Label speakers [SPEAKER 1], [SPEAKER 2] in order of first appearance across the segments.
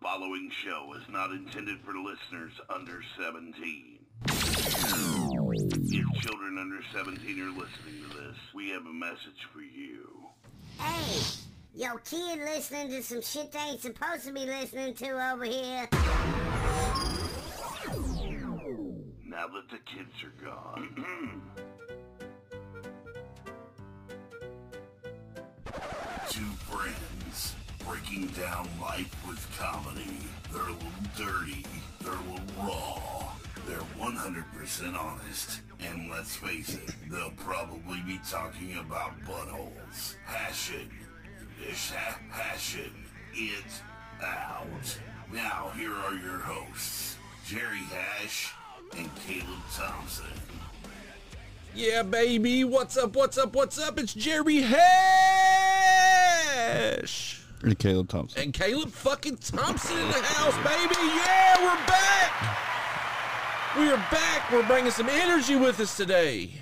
[SPEAKER 1] following show is not intended for listeners under 17. If children under 17 are listening to this, we have a message for you.
[SPEAKER 2] Hey, yo kid listening to some shit they ain't supposed to be listening to over here.
[SPEAKER 1] Now that the kids are gone. Two friends breaking down life with comedy. They're a little dirty, they're a little raw, they're 100% honest, and let's face it, they'll probably be talking about buttholes. Passion. It's ha- passion. It out. Now, here are your hosts, Jerry Hash and Caleb Thompson.
[SPEAKER 3] Yeah, baby. What's up? What's up? What's up? It's Jerry Hash
[SPEAKER 4] And Caleb Thompson.
[SPEAKER 3] and Caleb fucking Thompson in the house, baby. Yeah, we're back. We are back. We're bringing some energy with us today.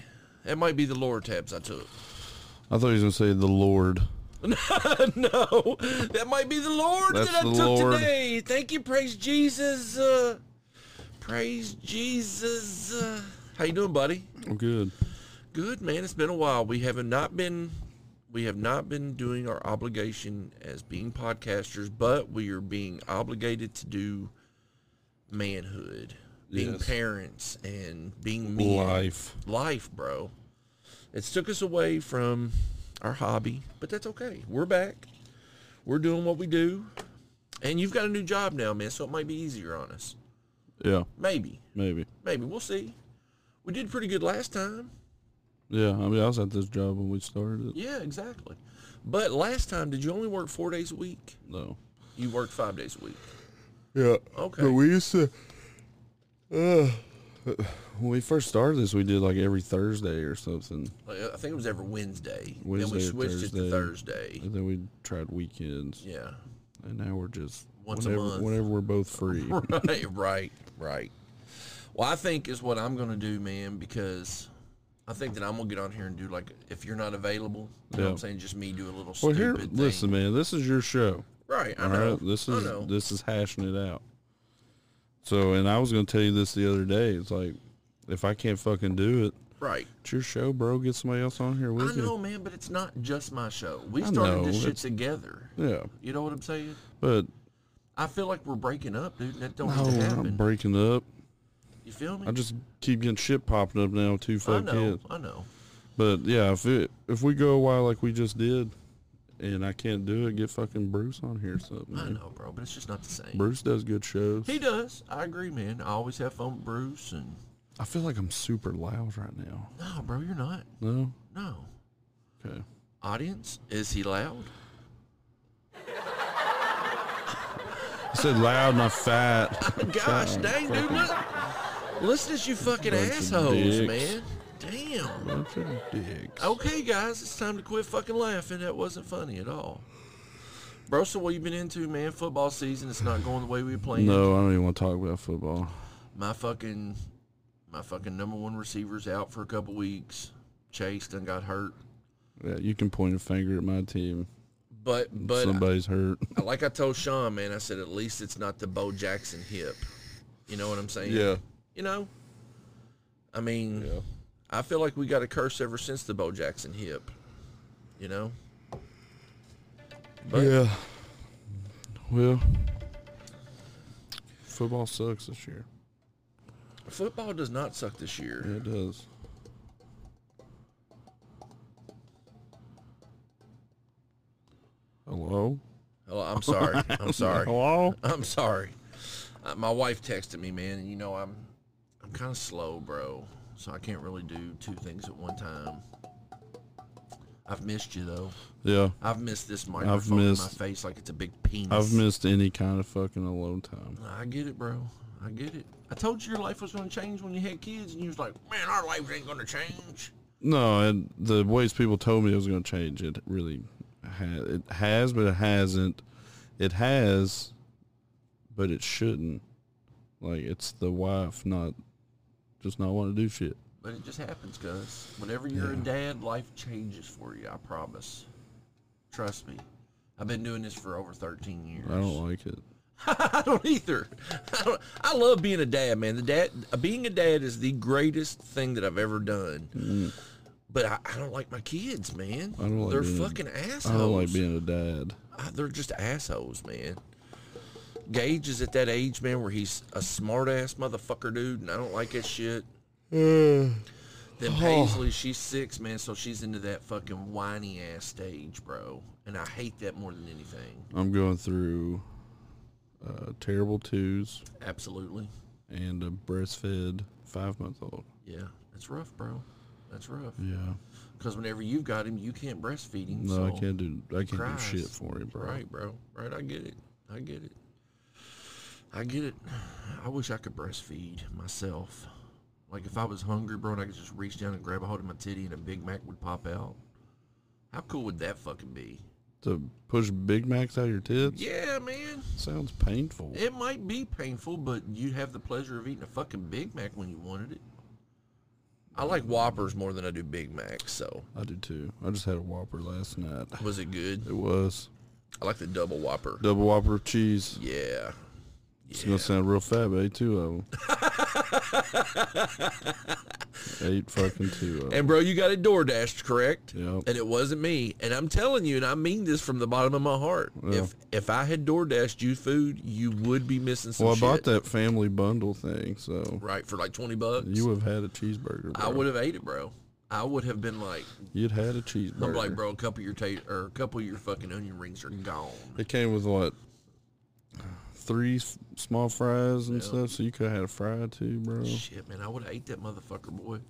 [SPEAKER 3] That might be the lower tabs I took.
[SPEAKER 4] I thought he was gonna say the Lord.
[SPEAKER 3] no, that might be the Lord
[SPEAKER 4] That's
[SPEAKER 3] that I
[SPEAKER 4] the
[SPEAKER 3] took
[SPEAKER 4] Lord.
[SPEAKER 3] today. Thank you. Praise Jesus. Uh, praise Jesus. Uh, how you doing, buddy?
[SPEAKER 4] I'm good.
[SPEAKER 3] Good man, it's been a while. We have not been we have not been doing our obligation as being podcasters, but we are being obligated to do manhood, being
[SPEAKER 4] Yes.
[SPEAKER 3] parents and being men.
[SPEAKER 4] Life.
[SPEAKER 3] Life, bro. It's took us away from our hobby, but that's okay. We're back. We're doing what we do. And you've got a new job now, man, so it might be easier on us.
[SPEAKER 4] Yeah,
[SPEAKER 3] Maybe.
[SPEAKER 4] maybe.
[SPEAKER 3] Maybe. We'll see. We did pretty good last time.
[SPEAKER 4] Yeah, I mean, I was at this job when we started it.
[SPEAKER 3] Yeah, exactly. But last time, did you only work four days a week?
[SPEAKER 4] No.
[SPEAKER 3] You worked five days a week.
[SPEAKER 4] Yeah.
[SPEAKER 3] Okay.
[SPEAKER 4] But we used to. Uh, when we first started this, we did like every Thursday or something,
[SPEAKER 3] Like, I think it was every Wednesday. then we
[SPEAKER 4] Wednesday or
[SPEAKER 3] switched it to Thursday.
[SPEAKER 4] and then we tried weekends,
[SPEAKER 3] Yeah.
[SPEAKER 4] and now we're just
[SPEAKER 3] Once a
[SPEAKER 4] whenever,
[SPEAKER 3] month.
[SPEAKER 4] whenever we're both free.
[SPEAKER 3] right, right, right. Well, I think is what I'm going to do, man, because I think that I'm going to get on here and do like, if you're not available, you know what I'm
[SPEAKER 4] Yeah.
[SPEAKER 3] saying? Just me do a little
[SPEAKER 4] well,
[SPEAKER 3] stupid
[SPEAKER 4] here,
[SPEAKER 3] thing.
[SPEAKER 4] listen, man, this is your show.
[SPEAKER 3] Right, I
[SPEAKER 4] All
[SPEAKER 3] know.
[SPEAKER 4] right, this
[SPEAKER 3] I know.
[SPEAKER 4] is this is hashing it out. So, and I was gonna tell you this the other day. It's like, if I can't fucking do it,
[SPEAKER 3] right.
[SPEAKER 4] it's your show, bro. Get somebody else on here
[SPEAKER 3] I
[SPEAKER 4] with
[SPEAKER 3] know,
[SPEAKER 4] you.
[SPEAKER 3] man, but it's not just my show. We
[SPEAKER 4] I
[SPEAKER 3] started
[SPEAKER 4] know,
[SPEAKER 3] this shit
[SPEAKER 4] it's-
[SPEAKER 3] together.
[SPEAKER 4] Yeah,
[SPEAKER 3] You know what I'm saying?
[SPEAKER 4] but
[SPEAKER 3] I feel like we're breaking up, dude. That don't
[SPEAKER 4] no,
[SPEAKER 3] need to
[SPEAKER 4] I'm
[SPEAKER 3] happen.
[SPEAKER 4] breaking up.
[SPEAKER 3] you feel me?
[SPEAKER 4] I just keep getting shit popping up now too.
[SPEAKER 3] I
[SPEAKER 4] Fuck
[SPEAKER 3] know.
[SPEAKER 4] it.
[SPEAKER 3] I know.
[SPEAKER 4] But yeah, if it if we go a while like we just did, and I can't do it, get fucking Bruce on here or something.
[SPEAKER 3] I
[SPEAKER 4] man.
[SPEAKER 3] know, bro. But it's just not the same.
[SPEAKER 4] Bruce does good shows.
[SPEAKER 3] He does. I agree, man. I always have fun with Bruce. And
[SPEAKER 4] I feel like I'm super loud right now.
[SPEAKER 3] no, bro, you're not.
[SPEAKER 4] No.
[SPEAKER 3] No.
[SPEAKER 4] Okay.
[SPEAKER 3] Audience, is he loud?
[SPEAKER 4] I said loud, not fat.
[SPEAKER 3] Gosh, dang, dude. Look. Listen to you fucking
[SPEAKER 4] Bunch of
[SPEAKER 3] assholes,
[SPEAKER 4] dicks.
[SPEAKER 3] man. Damn.
[SPEAKER 4] Bunch of dicks.
[SPEAKER 3] Okay, guys, it's time to quit fucking laughing. That wasn't funny at all. Bro, so what you been into, man? Football season, it's not going the way we planned.
[SPEAKER 4] No, I don't even want to talk about football.
[SPEAKER 3] my fucking my fucking number one receiver's out for a couple weeks. Chase done got hurt,
[SPEAKER 4] Yeah, you can point a finger at my team.
[SPEAKER 3] but but
[SPEAKER 4] Somebody's hurt.
[SPEAKER 3] I- like I told Sean, man, I said at least it's not the Bo Jackson hip. You know what I'm saying?
[SPEAKER 4] Yeah.
[SPEAKER 3] You know, I mean, I feel like we got a curse ever since the Bo Jackson hip. You know, But-
[SPEAKER 4] yeah. Well, football sucks this year.
[SPEAKER 3] football does not suck this year.
[SPEAKER 4] Yeah, it does. Hello?
[SPEAKER 3] Oh, I'm sorry. I'm sorry.
[SPEAKER 4] Hello?
[SPEAKER 3] I'm sorry. Uh, my wife texted me, man, and you know I'm I'm kind of slow, bro, so I can't really do two things at one time. I've missed you though.
[SPEAKER 4] Yeah.
[SPEAKER 3] I've missed this microphone in my
[SPEAKER 4] missed-
[SPEAKER 3] face like it's a big penis.
[SPEAKER 4] I've missed any kind of fucking alone time.
[SPEAKER 3] I get it, bro. I get it. I told you your life was going to change when you had kids, and you was like, "Man, our lives ain't going to change."
[SPEAKER 4] No, and the ways people told me it was going to change, it really ha it has, but it hasn't. It has, but it shouldn't. Like it's the wife not just not want to do shit.
[SPEAKER 3] But it just happens, cuz. Whenever you're a dad, life changes for you, I promise. Trust me. I've been doing this for over 13 years.
[SPEAKER 4] I don't like it.
[SPEAKER 3] I don't either. I, don't, I love being a dad, man. The dad, being a dad is the greatest thing that I've ever done. But I, I don't like my kids, man.
[SPEAKER 4] Mm. don't like
[SPEAKER 3] they're
[SPEAKER 4] being-
[SPEAKER 3] fucking assholes.
[SPEAKER 4] I don't like being a dad.
[SPEAKER 3] I- they're just assholes, man. Gage is at that age, man, where he's a smart ass motherfucker, dude, and I don't like that shit.
[SPEAKER 4] Mm.
[SPEAKER 3] then
[SPEAKER 4] Oh.
[SPEAKER 3] Paisley, she's six, man, so she's into that fucking whiny ass stage, bro. And I hate that more than anything.
[SPEAKER 4] I'm going through uh, terrible twos
[SPEAKER 3] Absolutely.
[SPEAKER 4] and a breastfed five month old.
[SPEAKER 3] Yeah. That's rough, bro. That's rough.
[SPEAKER 4] Yeah.
[SPEAKER 3] Because whenever you've got him, you can't breastfeed him.
[SPEAKER 4] No,
[SPEAKER 3] so.
[SPEAKER 4] I can't do I can't
[SPEAKER 3] Christ.
[SPEAKER 4] do shit for him, bro.
[SPEAKER 3] Right, bro. Right, I get it. I get it. I get it. I wish I could breastfeed myself. Like if I was hungry, bro, and I could just reach down and grab a hold of my titty and a Big Mac would pop out. How cool would that fucking be?
[SPEAKER 4] To push Big Macs out of your tits
[SPEAKER 3] Yeah, man.
[SPEAKER 4] sounds painful.
[SPEAKER 3] It might be painful, but you'd have the pleasure of eating a fucking Big Mac when you wanted it. I like Whoppers more than I do Big Macs, so
[SPEAKER 4] I do too. I just had a Whopper last night.
[SPEAKER 3] was it good?
[SPEAKER 4] It was
[SPEAKER 3] I like the double Whopper.
[SPEAKER 4] double Whopper with cheese.
[SPEAKER 3] Yeah.
[SPEAKER 4] It's gonna sound real fat, but I ate two of them. Eight fucking two of them.
[SPEAKER 3] And bro, you got it DoorDashed, correct?
[SPEAKER 4] Yep.
[SPEAKER 3] And it wasn't me. And I'm telling you, and I mean this from the bottom of my heart. If if I had DoorDashed you food, you would be missing some
[SPEAKER 4] Well, I
[SPEAKER 3] shit.
[SPEAKER 4] bought that family bundle thing, so
[SPEAKER 3] right for like twenty bucks.
[SPEAKER 4] you would have had a cheeseburger. Bro.
[SPEAKER 3] I would have ate it, bro. I would have been like,
[SPEAKER 4] You'd had a
[SPEAKER 3] I'm
[SPEAKER 4] cheeseburger.
[SPEAKER 3] like, bro, a couple of your ta- or a couple of your fucking onion rings are gone.
[SPEAKER 4] It came with what three s- small fries and stuff, so you could have had a fry too, bro.
[SPEAKER 3] Shit, man, I would have ate that motherfucker, boy.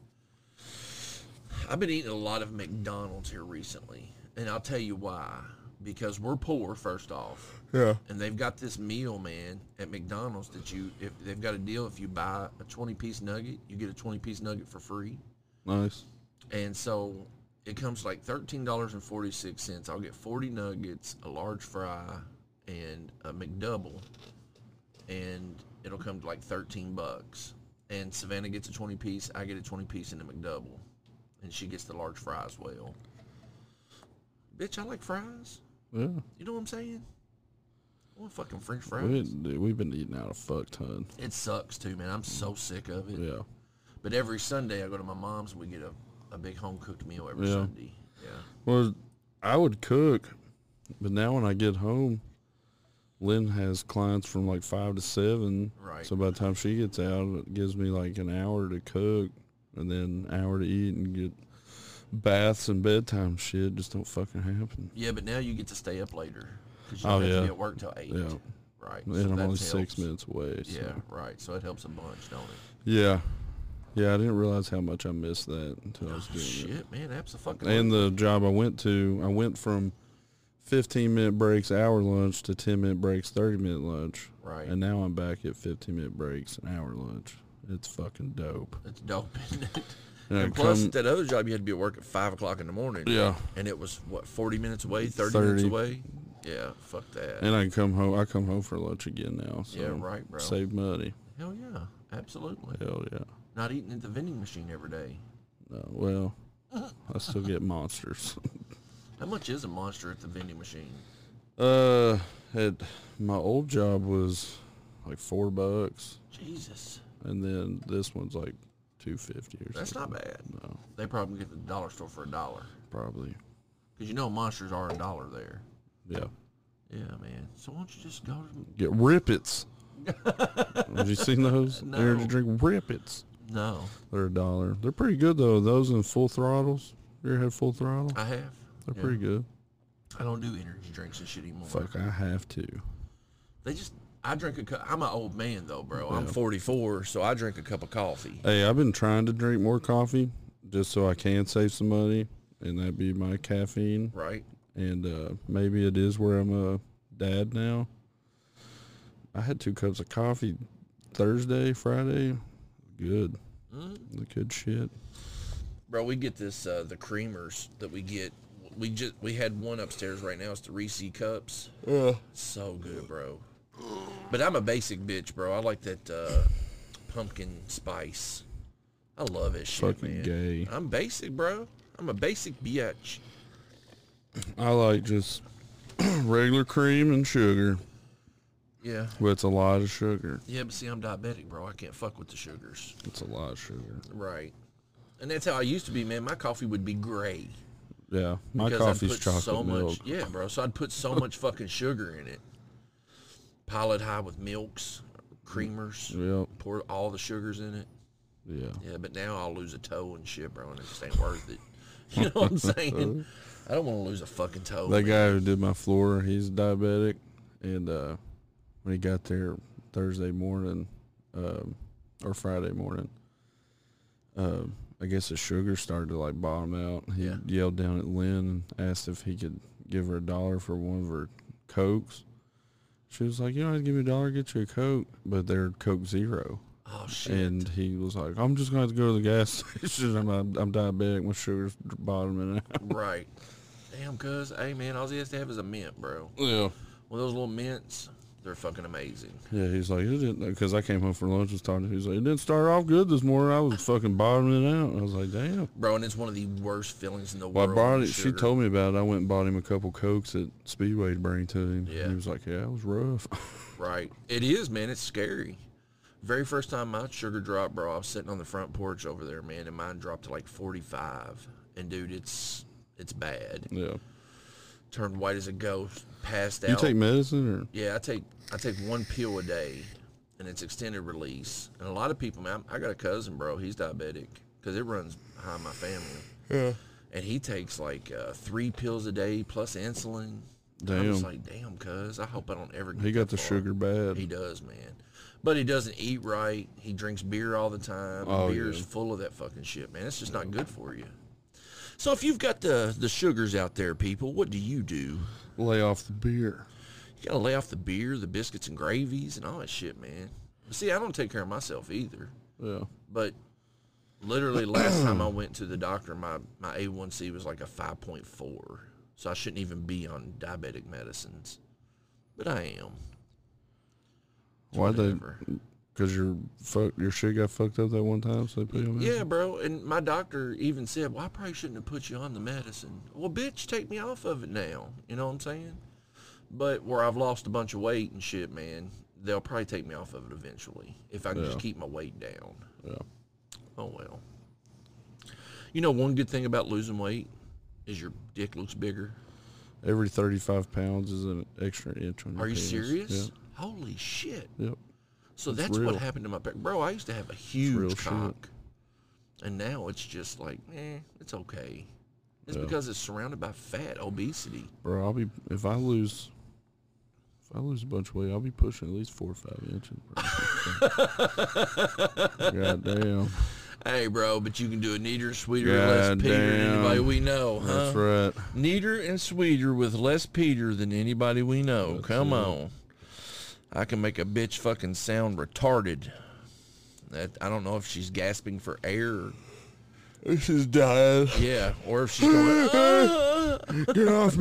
[SPEAKER 3] I've been eating a lot of McDonald's here recently, and I'll tell you why. Because we're poor, first off.
[SPEAKER 4] Yeah.
[SPEAKER 3] and they've got this meal, man, at McDonald's that you if they've got a deal if you buy a 20 piece nugget, you get a 20 piece nugget for free.
[SPEAKER 4] Nice.
[SPEAKER 3] And so it comes like $13.46. I'll get 40 nuggets, a large fry, and a McDouble. And it'll come to like 13 bucks. And Savannah gets a 20 piece, I get a 20 piece and a McDouble. And she gets the large fry as well. Bitch, I like fries.
[SPEAKER 4] Yeah.
[SPEAKER 3] You know what I'm saying? I want fucking French fries.
[SPEAKER 4] We, dude, we've been eating out a fuck ton.
[SPEAKER 3] It sucks too, man. I'm so sick of it.
[SPEAKER 4] Yeah.
[SPEAKER 3] But every Sunday I go to my mom's and we get a, a big home cooked meal every
[SPEAKER 4] Yeah.
[SPEAKER 3] Sunday. Yeah.
[SPEAKER 4] Well, I would cook, but now when I get home, Lynn has clients from like five to seven.
[SPEAKER 3] Right.
[SPEAKER 4] So by the time she gets out, it gives me like an hour to cook and then an hour to eat and get baths and bedtime shit. Just don't fucking happen.
[SPEAKER 3] Yeah, but now you get to stay up later because you don't
[SPEAKER 4] Oh,
[SPEAKER 3] have to
[SPEAKER 4] yeah.
[SPEAKER 3] be at work till eight.
[SPEAKER 4] Yeah.
[SPEAKER 3] Right.
[SPEAKER 4] And
[SPEAKER 3] so
[SPEAKER 4] I'm
[SPEAKER 3] that
[SPEAKER 4] only six
[SPEAKER 3] helps.
[SPEAKER 4] minutes away. So.
[SPEAKER 3] Yeah. Right. So it helps a bunch, don't it?
[SPEAKER 4] Yeah. Yeah, I didn't realize how much I missed that until I was doing it.
[SPEAKER 3] Oh, Shit, man. That's a fucking.
[SPEAKER 4] And the job I went to, I went from 15 minute breaks, hour lunch to 10 minute breaks, 30 minute lunch.
[SPEAKER 3] Right.
[SPEAKER 4] And now I'm back at 15 minute breaks, an hour lunch. It's fucking dope.
[SPEAKER 3] it's dope, isn't it?
[SPEAKER 4] And I
[SPEAKER 3] And plus,
[SPEAKER 4] come-
[SPEAKER 3] at that other job, you had to be at work at five o'clock in the morning.
[SPEAKER 4] Yeah.
[SPEAKER 3] And it was what forty minutes away, thirty, minutes
[SPEAKER 4] 30.
[SPEAKER 3] away. Yeah. Fuck that.
[SPEAKER 4] And I come home. I come home for lunch again now. So
[SPEAKER 3] Yeah, right, bro.
[SPEAKER 4] Save money.
[SPEAKER 3] Hell yeah. Absolutely.
[SPEAKER 4] Hell yeah.
[SPEAKER 3] Not eating at the vending machine every day.
[SPEAKER 4] No, well, I still get monsters.
[SPEAKER 3] How much is a monster at the vending machine?
[SPEAKER 4] Uh, at my old job was like four bucks,
[SPEAKER 3] Jesus,
[SPEAKER 4] and then this one's like two fifty or
[SPEAKER 3] that's
[SPEAKER 4] something.
[SPEAKER 3] not bad.
[SPEAKER 4] No,
[SPEAKER 3] They probably get the dollar store for a dollar,
[SPEAKER 4] probably.
[SPEAKER 3] cause you know monsters are a dollar there.
[SPEAKER 4] Yeah.
[SPEAKER 3] Yeah, man. So why don't you just go? To...
[SPEAKER 4] Get rippets. Have you seen those
[SPEAKER 3] No.
[SPEAKER 4] energy drink rippets?
[SPEAKER 3] No,
[SPEAKER 4] They're a dollar. They're pretty good though. Those in full throttles. You ever had full throttle?
[SPEAKER 3] I have.
[SPEAKER 4] They're
[SPEAKER 3] Uh, Yeah.
[SPEAKER 4] pretty good.
[SPEAKER 3] I don't do energy drinks and shit anymore.
[SPEAKER 4] Fuck, I have to.
[SPEAKER 3] They just. I drink a cup. I'm an old man though, bro. I'm 44, so I drink a cup of coffee.
[SPEAKER 4] Hey, I've been trying to drink more coffee just so I can save some money, and that'd be my caffeine.
[SPEAKER 3] Right.
[SPEAKER 4] and uh, maybe it is where I'm a dad now. I had two cups of coffee Thursday, Friday. Good,
[SPEAKER 3] Mm.
[SPEAKER 4] the good shit.
[SPEAKER 3] bro we get this uh the creamers that we get we just we had one upstairs right now it's the reese cups yeah so good bro but i'm a basic bitch bro i like that uh pumpkin spice i love this shit
[SPEAKER 4] Fucking
[SPEAKER 3] man
[SPEAKER 4] gay.
[SPEAKER 3] i'm basic bro i'm a basic bitch
[SPEAKER 4] I like just regular cream and sugar,
[SPEAKER 3] Yeah.
[SPEAKER 4] Well, it's a lot of sugar.
[SPEAKER 3] Yeah, but see, I'm diabetic, bro. I can't fuck with the sugars.
[SPEAKER 4] It's a lot of sugar.
[SPEAKER 3] Right. And that's how I used to be, man. My coffee would be gray.
[SPEAKER 4] Yeah, my
[SPEAKER 3] because I'd
[SPEAKER 4] coffee's
[SPEAKER 3] put
[SPEAKER 4] chocolate
[SPEAKER 3] so
[SPEAKER 4] milk.
[SPEAKER 3] Much, yeah, bro. So I'd put so much fucking sugar in it. Pile it high with milks, creamers.
[SPEAKER 4] Yep.
[SPEAKER 3] Pour all the sugars in it.
[SPEAKER 4] Yeah,
[SPEAKER 3] Yeah, but now I'll lose a toe and shit, bro, and it just ain't worth it. You know what I'm saying? I don't want to lose a fucking toe. man.
[SPEAKER 4] that guy who did my floor, he's diabetic, and uh, when he got there Thursday morning, um, or Friday morning, um, I guess his sugar started to like bottom out. He
[SPEAKER 3] Yeah.
[SPEAKER 4] yelled down at Lynn and asked if he could give her a dollar for one of her cokes. She was like, "You don't have to give me a dollar, get you a coke," but they're Coke Zero.
[SPEAKER 3] oh shit.
[SPEAKER 4] And he was like, "I'm just going to go to the gas station. I'm I'm diabetic. My sugar's bottoming out."
[SPEAKER 3] right. Damn, cuz, hey man, all he has to have is a mint, bro.
[SPEAKER 4] Yeah.
[SPEAKER 3] Well, those little mints, they're fucking amazing.
[SPEAKER 4] Yeah, he's like, it didn't, because I came home from lunch and was talking to him. He's like, it didn't start off good this morning. I was fucking bottoming it out. And I was like, damn.
[SPEAKER 3] Bro, and it's one of the worst feelings in the
[SPEAKER 4] Well, I
[SPEAKER 3] world.
[SPEAKER 4] bought it. She
[SPEAKER 3] sugar.
[SPEAKER 4] told me about it. I went and bought him a couple Cokes at Speedway to bring to him.
[SPEAKER 3] Yeah.
[SPEAKER 4] And he was like, yeah, it was rough.
[SPEAKER 3] Right. It is, man. It's scary. Very first time my sugar dropped, bro, I was sitting on the front porch over there, man, and mine dropped to like 45. And dude, it's it's bad.
[SPEAKER 4] yeah.
[SPEAKER 3] Turned white as a ghost, passed out.
[SPEAKER 4] You take medicine or?
[SPEAKER 3] Yeah, I take I take one pill a day, and it's extended release. And a lot of people, man, I got a cousin, bro. He's diabetic because it runs high in my family. Yeah. And he takes like uh, three pills a day plus insulin. I'm
[SPEAKER 4] Damn.
[SPEAKER 3] just like, damn, cuz. I hope I don't ever. Get
[SPEAKER 4] He got
[SPEAKER 3] that
[SPEAKER 4] the
[SPEAKER 3] far."
[SPEAKER 4] sugar bad.
[SPEAKER 3] He does, man. But he doesn't eat right. He drinks beer all the time.
[SPEAKER 4] Oh,
[SPEAKER 3] Beer's
[SPEAKER 4] yeah.
[SPEAKER 3] full of that fucking shit, man. It's just not good for you. So if you've got the the sugars out there, people, what do you do?
[SPEAKER 4] Lay off the beer.
[SPEAKER 3] You gotta lay off the beer, the biscuits and gravies, and all that shit, man. See, I don't take care of myself either.
[SPEAKER 4] Yeah.
[SPEAKER 3] But literally, last time I went to the doctor, my my A1C was like a five point four, so I shouldn't even be on diabetic medicines, but I am.
[SPEAKER 4] Why they?
[SPEAKER 3] Whatever.
[SPEAKER 4] Because your fuck your shit got fucked up that one time, so they put you on.
[SPEAKER 3] Yeah, bro. And my doctor even said, "Well, I probably shouldn't have put you on the medicine." Well, bitch, take me off of it now. You know what I'm saying? But where I've lost a bunch of weight and shit, man, they'll probably take me off of it eventually if I can just
[SPEAKER 4] Yeah.
[SPEAKER 3] keep my weight down.
[SPEAKER 4] medicine.
[SPEAKER 3] Oh well. You know, one good thing about losing weight is your dick looks bigger.
[SPEAKER 4] Yeah. Every thirty-five pounds is an extra inch on your
[SPEAKER 3] Are you
[SPEAKER 4] penis.
[SPEAKER 3] serious? Holy shit!
[SPEAKER 4] Yeah. Yep.
[SPEAKER 3] So that's what
[SPEAKER 4] real.
[SPEAKER 3] happened to my back, bro. I used to have a
[SPEAKER 4] real
[SPEAKER 3] huge
[SPEAKER 4] shit.
[SPEAKER 3] cock, and now it's just like, eh, it's okay. It's because it's surrounded by fat, obesity.
[SPEAKER 4] Bro, I'll be if I lose if I lose a bunch of weight, I'll be pushing at least four or five inches. Bro. God damn.
[SPEAKER 3] Hey, bro, but you can do it neater, sweeter,
[SPEAKER 4] God
[SPEAKER 3] less Peter than
[SPEAKER 4] damn.
[SPEAKER 3] anybody we know, huh?
[SPEAKER 4] That's right.
[SPEAKER 3] neater and sweeter with less Peter than anybody we know. Come on. I can make a bitch fucking sound retarded. That I don't know if she's gasping for air. Or,
[SPEAKER 4] This is dying.
[SPEAKER 3] yeah, or if she's going. "Ah."
[SPEAKER 4] Get off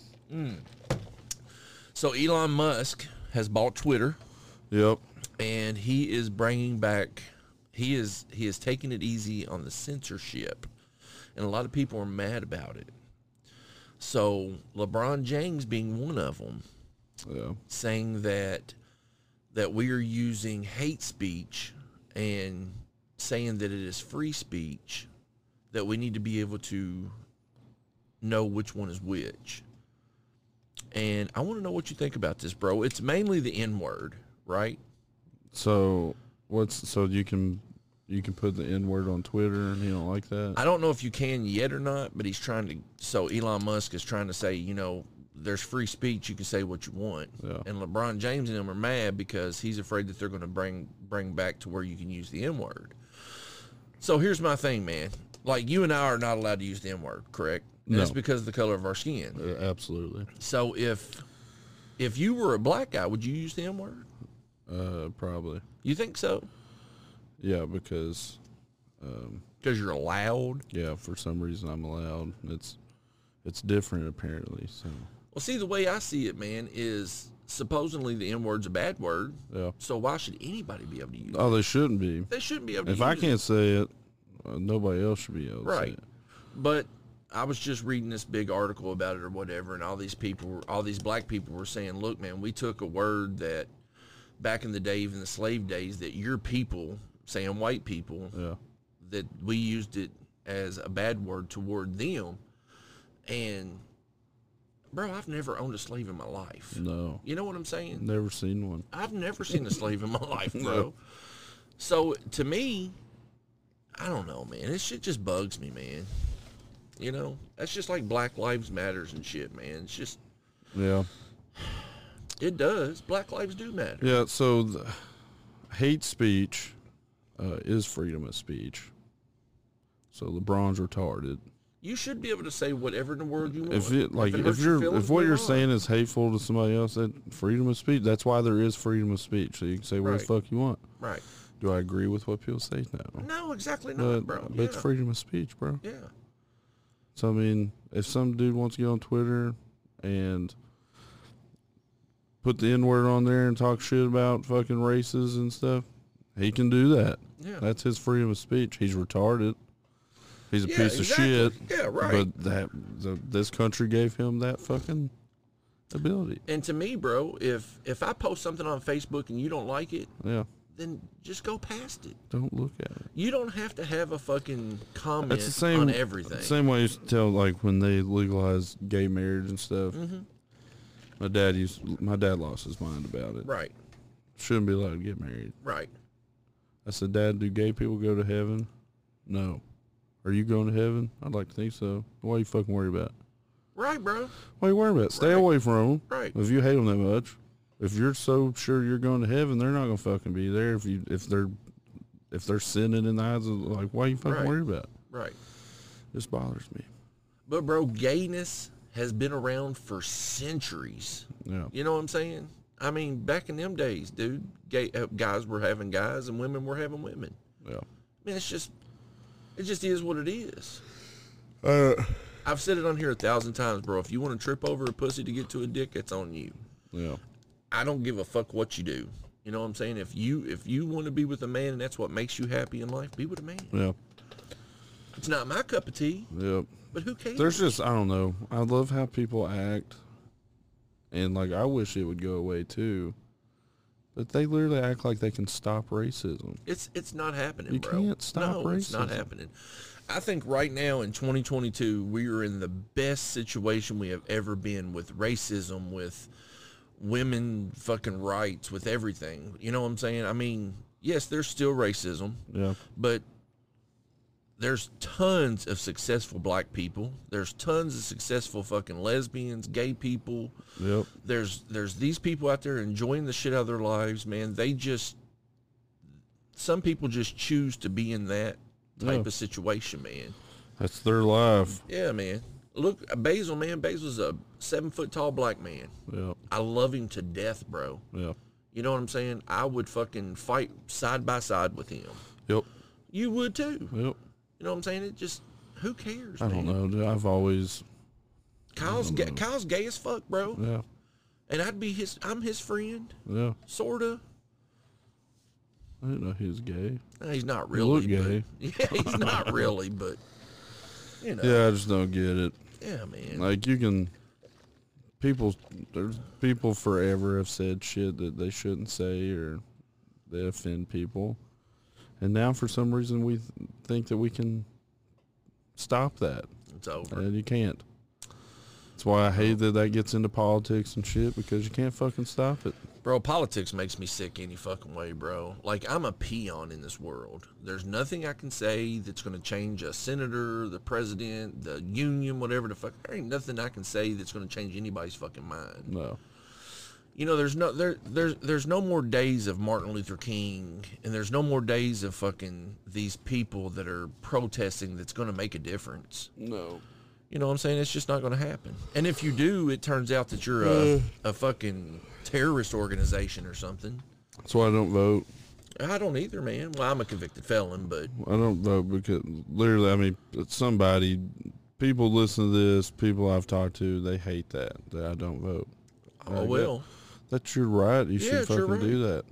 [SPEAKER 4] me.
[SPEAKER 3] So Elon Musk has bought Twitter,
[SPEAKER 4] yep.
[SPEAKER 3] and he is bringing back. He is he is taking it easy on the censorship, and a lot of people are mad about it. So LeBron James being one of them,
[SPEAKER 4] Yeah.
[SPEAKER 3] saying that that we are using hate speech and saying that it is free speech that we need to be able to know which one is which. And I want to know what you think about this, bro. It's mainly the N word, right?
[SPEAKER 4] So what's so you can you can put the N word on Twitter and he don't like that?
[SPEAKER 3] I don't know if you can yet or not, but he's trying to. So Elon Musk is trying to say, you know, there's free speech. You can say what you want.
[SPEAKER 4] Yeah.
[SPEAKER 3] And LeBron James and him are mad because he's afraid that they're going to bring bring back to where you can use the N word. So here's my thing, man. Like you and I are not allowed to use the N word, correct? And
[SPEAKER 4] No.
[SPEAKER 3] That's because of the color of our skin.
[SPEAKER 4] Uh, absolutely.
[SPEAKER 3] So if if you were a black guy, would you use the N word?
[SPEAKER 4] Uh probably.
[SPEAKER 3] You think so?
[SPEAKER 4] Yeah, because
[SPEAKER 3] Because you're allowed.
[SPEAKER 4] yeah, for some reason I'm allowed. It's it's different apparently. So
[SPEAKER 3] Well, see, the way I see it, man, is supposedly the N word's a bad word.
[SPEAKER 4] Yeah.
[SPEAKER 3] So why should anybody be able to use it?
[SPEAKER 4] Oh, they shouldn't be.
[SPEAKER 3] They shouldn't be able to
[SPEAKER 4] If
[SPEAKER 3] use
[SPEAKER 4] I
[SPEAKER 3] it.
[SPEAKER 4] can't say it, uh, nobody else should be able to say
[SPEAKER 3] Right.
[SPEAKER 4] it.
[SPEAKER 3] But I was just reading this big article about it or whatever, and all these people, were, all these black people were saying, "Look, man, we took a word that back in the day, even the slave days, that your people, saying white people,
[SPEAKER 4] Yeah.
[SPEAKER 3] that we used it as a bad word toward them." And bro, I've never owned a slave in my life.
[SPEAKER 4] No.
[SPEAKER 3] You know what I'm saying?
[SPEAKER 4] Never seen one.
[SPEAKER 3] I've never seen a slave in my life, bro.
[SPEAKER 4] No.
[SPEAKER 3] So to me, I don't know, man. This shit just bugs me, man. You know, that's just like Black Lives Matters and shit, man. It's just
[SPEAKER 4] Yeah.
[SPEAKER 3] it does. Black lives do matter.
[SPEAKER 4] Yeah. So the, hate speech uh, is freedom of speech. So LeBron's retarded.
[SPEAKER 3] You should be able to say whatever in the world you want.
[SPEAKER 4] If it like
[SPEAKER 3] it
[SPEAKER 4] if,
[SPEAKER 3] hurts your
[SPEAKER 4] you're
[SPEAKER 3] feelings,
[SPEAKER 4] if what
[SPEAKER 3] move
[SPEAKER 4] you're
[SPEAKER 3] on.
[SPEAKER 4] saying is hateful to somebody else, that freedom of speech. That's why there is freedom of speech. So you can say what the
[SPEAKER 3] Right.
[SPEAKER 4] fuck you want.
[SPEAKER 3] right?
[SPEAKER 4] Do I agree with what people say? No.
[SPEAKER 3] No, exactly not,
[SPEAKER 4] But,
[SPEAKER 3] bro.
[SPEAKER 4] but
[SPEAKER 3] Yeah.
[SPEAKER 4] it's freedom of speech, bro.
[SPEAKER 3] yeah,
[SPEAKER 4] So I mean, if some dude wants to get on Twitter and put the N word on there and talk shit about fucking races and stuff, he can do that.
[SPEAKER 3] Yeah.
[SPEAKER 4] That's his freedom of speech. He's retarded. He's a
[SPEAKER 3] Yeah,
[SPEAKER 4] piece
[SPEAKER 3] exactly.
[SPEAKER 4] of shit.
[SPEAKER 3] Yeah, right.
[SPEAKER 4] But that the, this country gave him that fucking ability.
[SPEAKER 3] and to me, bro, if if I post something on Facebook and you don't like it,
[SPEAKER 4] Yeah.
[SPEAKER 3] then just go past it.
[SPEAKER 4] Don't look at it.
[SPEAKER 3] You don't have to have a fucking comment
[SPEAKER 4] That's the same
[SPEAKER 3] on everything.
[SPEAKER 4] Same way you used to tell like when they legalized gay marriage and stuff.
[SPEAKER 3] Mm-hmm.
[SPEAKER 4] My dad used my dad lost his mind about it.
[SPEAKER 3] Right,
[SPEAKER 4] Shouldn't be allowed to get married.
[SPEAKER 3] right.
[SPEAKER 4] I said, Dad, do gay people go to heaven? No. Are you going to heaven? I'd like to think so. Why you fucking worry about it?
[SPEAKER 3] Right, bro.
[SPEAKER 4] Why you worry about it? Stay
[SPEAKER 3] Right.
[SPEAKER 4] away from them.
[SPEAKER 3] Right.
[SPEAKER 4] If you hate them that much, if you're so sure you're going to heaven, they're not going to fucking be there. If you if they're if they're sinning in the eyes of like, why you fucking
[SPEAKER 3] Right.
[SPEAKER 4] worry about it?
[SPEAKER 3] Right.
[SPEAKER 4] This bothers me.
[SPEAKER 3] But bro, gayness has been around for centuries.
[SPEAKER 4] Yeah.
[SPEAKER 3] You know what I'm saying? I mean, back in them days, dude, gay uh, guys were having guys and women were having women.
[SPEAKER 4] Yeah.
[SPEAKER 3] I mean, it's just it just is what it is.
[SPEAKER 4] Uh,
[SPEAKER 3] I've said it on here a thousand times, bro. If you want to trip over a pussy to get to a dick, that's on you.
[SPEAKER 4] yeah.
[SPEAKER 3] I don't give a fuck what you do. You know what I'm saying? If you if you want to be with a man and that's what makes you happy in life, be with a man.
[SPEAKER 4] Yeah.
[SPEAKER 3] It's not my cup of tea,
[SPEAKER 4] Yeah.
[SPEAKER 3] but who cares?
[SPEAKER 4] There's just I don't know. I love how people act, and like I wish it would go away too. But they literally act like they can stop racism.
[SPEAKER 3] It's it's not happening,
[SPEAKER 4] You
[SPEAKER 3] bro.
[SPEAKER 4] can't stop
[SPEAKER 3] no, it's not
[SPEAKER 4] racism.
[SPEAKER 3] happening. I think right now in 2022, we are in the best situation we have ever been with racism, with women fucking rights, with everything. You know what I'm saying? I mean, yes, there's still racism,
[SPEAKER 4] Yeah,
[SPEAKER 3] but there's tons of successful black people. There's tons of successful fucking lesbians, gay people,
[SPEAKER 4] yep,
[SPEAKER 3] there's there's these people out there enjoying the shit out of their lives, man. They just some people just choose to be in that type
[SPEAKER 4] Yeah.
[SPEAKER 3] of situation, man.
[SPEAKER 4] that's their life.
[SPEAKER 3] Yeah, man. Look, Basil, man. Basil's a seven foot tall black man.
[SPEAKER 4] Yep,
[SPEAKER 3] I love him to death, bro.
[SPEAKER 4] yep,
[SPEAKER 3] You know what I'm saying? I would fucking fight side by side with him.
[SPEAKER 4] yep,
[SPEAKER 3] You would too.
[SPEAKER 4] yep.
[SPEAKER 3] You know what I'm saying? It just who cares?
[SPEAKER 4] I
[SPEAKER 3] man?
[SPEAKER 4] don't know. Dude. I've always
[SPEAKER 3] Kyle's ga- Kyle's gay as fuck, bro.
[SPEAKER 4] yeah,
[SPEAKER 3] And I'd be his. I'm his friend,
[SPEAKER 4] yeah.
[SPEAKER 3] sorta.
[SPEAKER 4] I didn't know he was gay.
[SPEAKER 3] Uh, He's not
[SPEAKER 4] You look
[SPEAKER 3] really. but, yeah, he's not really, but you know, yeah,
[SPEAKER 4] Yeah, I just don't get it.
[SPEAKER 3] man,
[SPEAKER 4] Like you can, people, there's people forever have said shit that they shouldn't say or they offend people, and now for some reason we th- think that we can stop that,
[SPEAKER 3] it's over.
[SPEAKER 4] and you can't. That's why I hate that that gets into politics and shit because you can't fucking stop it.
[SPEAKER 3] Bro, politics makes me sick any fucking way, bro. Like I'm a peon in this world. There's nothing I can say that's going to change a senator, the president, the union, whatever the fuck. There ain't nothing I can say that's going to change anybody's fucking mind.
[SPEAKER 4] No,
[SPEAKER 3] You know, there's no there there's there's no more days of Martin Luther King, and there's no more days of fucking these people that are protesting that's going to make a difference.
[SPEAKER 4] no,
[SPEAKER 3] You know what I'm saying? It's just not going to happen. And if you do, it turns out that you're a, a fucking terrorist organization or something.
[SPEAKER 4] that's why I don't vote.
[SPEAKER 3] I don't either, man. Well, I'm a convicted felon, but
[SPEAKER 4] I don't vote because literally, I mean, somebody, people listen to this, people I've talked to, they hate that that I don't vote.
[SPEAKER 3] oh well.
[SPEAKER 4] That's your right. You
[SPEAKER 3] Yeah,
[SPEAKER 4] should
[SPEAKER 3] it's your
[SPEAKER 4] fucking do that.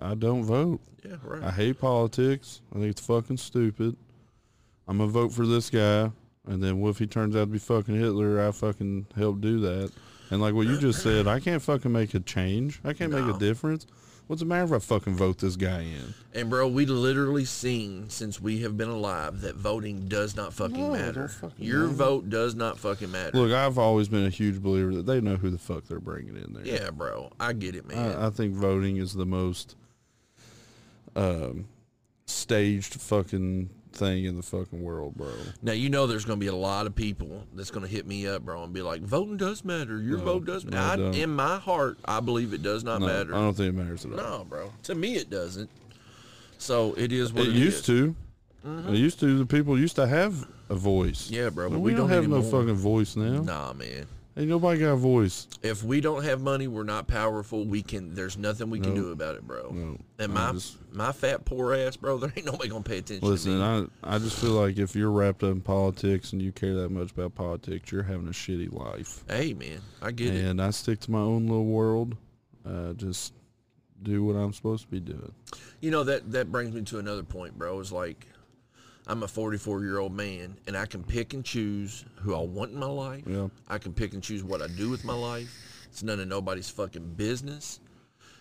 [SPEAKER 4] I don't vote.
[SPEAKER 3] Yeah,
[SPEAKER 4] I
[SPEAKER 3] right.
[SPEAKER 4] hate politics. I think it's fucking stupid. I'm gonna vote for this guy. And then what if he turns out to be fucking Hitler? I fucking helped do that. And like what you just said, I can't fucking make a change. I can't make
[SPEAKER 3] No.
[SPEAKER 4] a difference. What's the matter if I fucking vote this guy in?
[SPEAKER 3] And bro, we literally seen since we have been alive that voting does not fucking
[SPEAKER 4] No, it
[SPEAKER 3] matter.
[SPEAKER 4] don't fucking
[SPEAKER 3] Your vote does not fucking matter.
[SPEAKER 4] Look, I've always been a huge believer that they know who the fuck they're bringing in there.
[SPEAKER 3] yeah, bro, I get it, man.
[SPEAKER 4] I, I think voting is the most um, staged fucking thing in the fucking world, bro.
[SPEAKER 3] now you know there's gonna be a lot of people that's gonna hit me up, bro, and be like, "Voting does matter. Your vote does
[SPEAKER 4] no,
[SPEAKER 3] matter."
[SPEAKER 4] it
[SPEAKER 3] I,
[SPEAKER 4] don't.
[SPEAKER 3] in my heart, I believe it does not
[SPEAKER 4] No,
[SPEAKER 3] matter.
[SPEAKER 4] I don't think it matters at all.
[SPEAKER 3] No, bro. To me, it doesn't. So it is what
[SPEAKER 4] It
[SPEAKER 3] it,
[SPEAKER 4] used
[SPEAKER 3] is. Mm-hmm.
[SPEAKER 4] to. It used to. The people used to have a voice.
[SPEAKER 3] Yeah, bro,
[SPEAKER 4] But
[SPEAKER 3] but
[SPEAKER 4] we,
[SPEAKER 3] we
[SPEAKER 4] don't,
[SPEAKER 3] don't
[SPEAKER 4] have no
[SPEAKER 3] anymore.
[SPEAKER 4] fucking voice now.
[SPEAKER 3] Nah, man.
[SPEAKER 4] Ain't nobody got a voice.
[SPEAKER 3] If we don't have money, we're not powerful. We can. There's nothing we can do about it, bro. And my
[SPEAKER 4] just-
[SPEAKER 3] my fat poor ass, bro. There ain't nobody gonna pay attention. to
[SPEAKER 4] Listen,
[SPEAKER 3] me.
[SPEAKER 4] I I just feel like if you're wrapped up in politics and you care that much about politics, you're having a shitty life.
[SPEAKER 3] hey, man, I get it.
[SPEAKER 4] And I stick to my own little world. Uh, just do what I'm supposed to be doing.
[SPEAKER 3] You know that that brings me to another point, bro. Is like, I'm a 44 year old man, and I can pick and choose who I want in my life.
[SPEAKER 4] Yeah.
[SPEAKER 3] I can pick and choose what I do with my life. It's none of nobody's fucking business.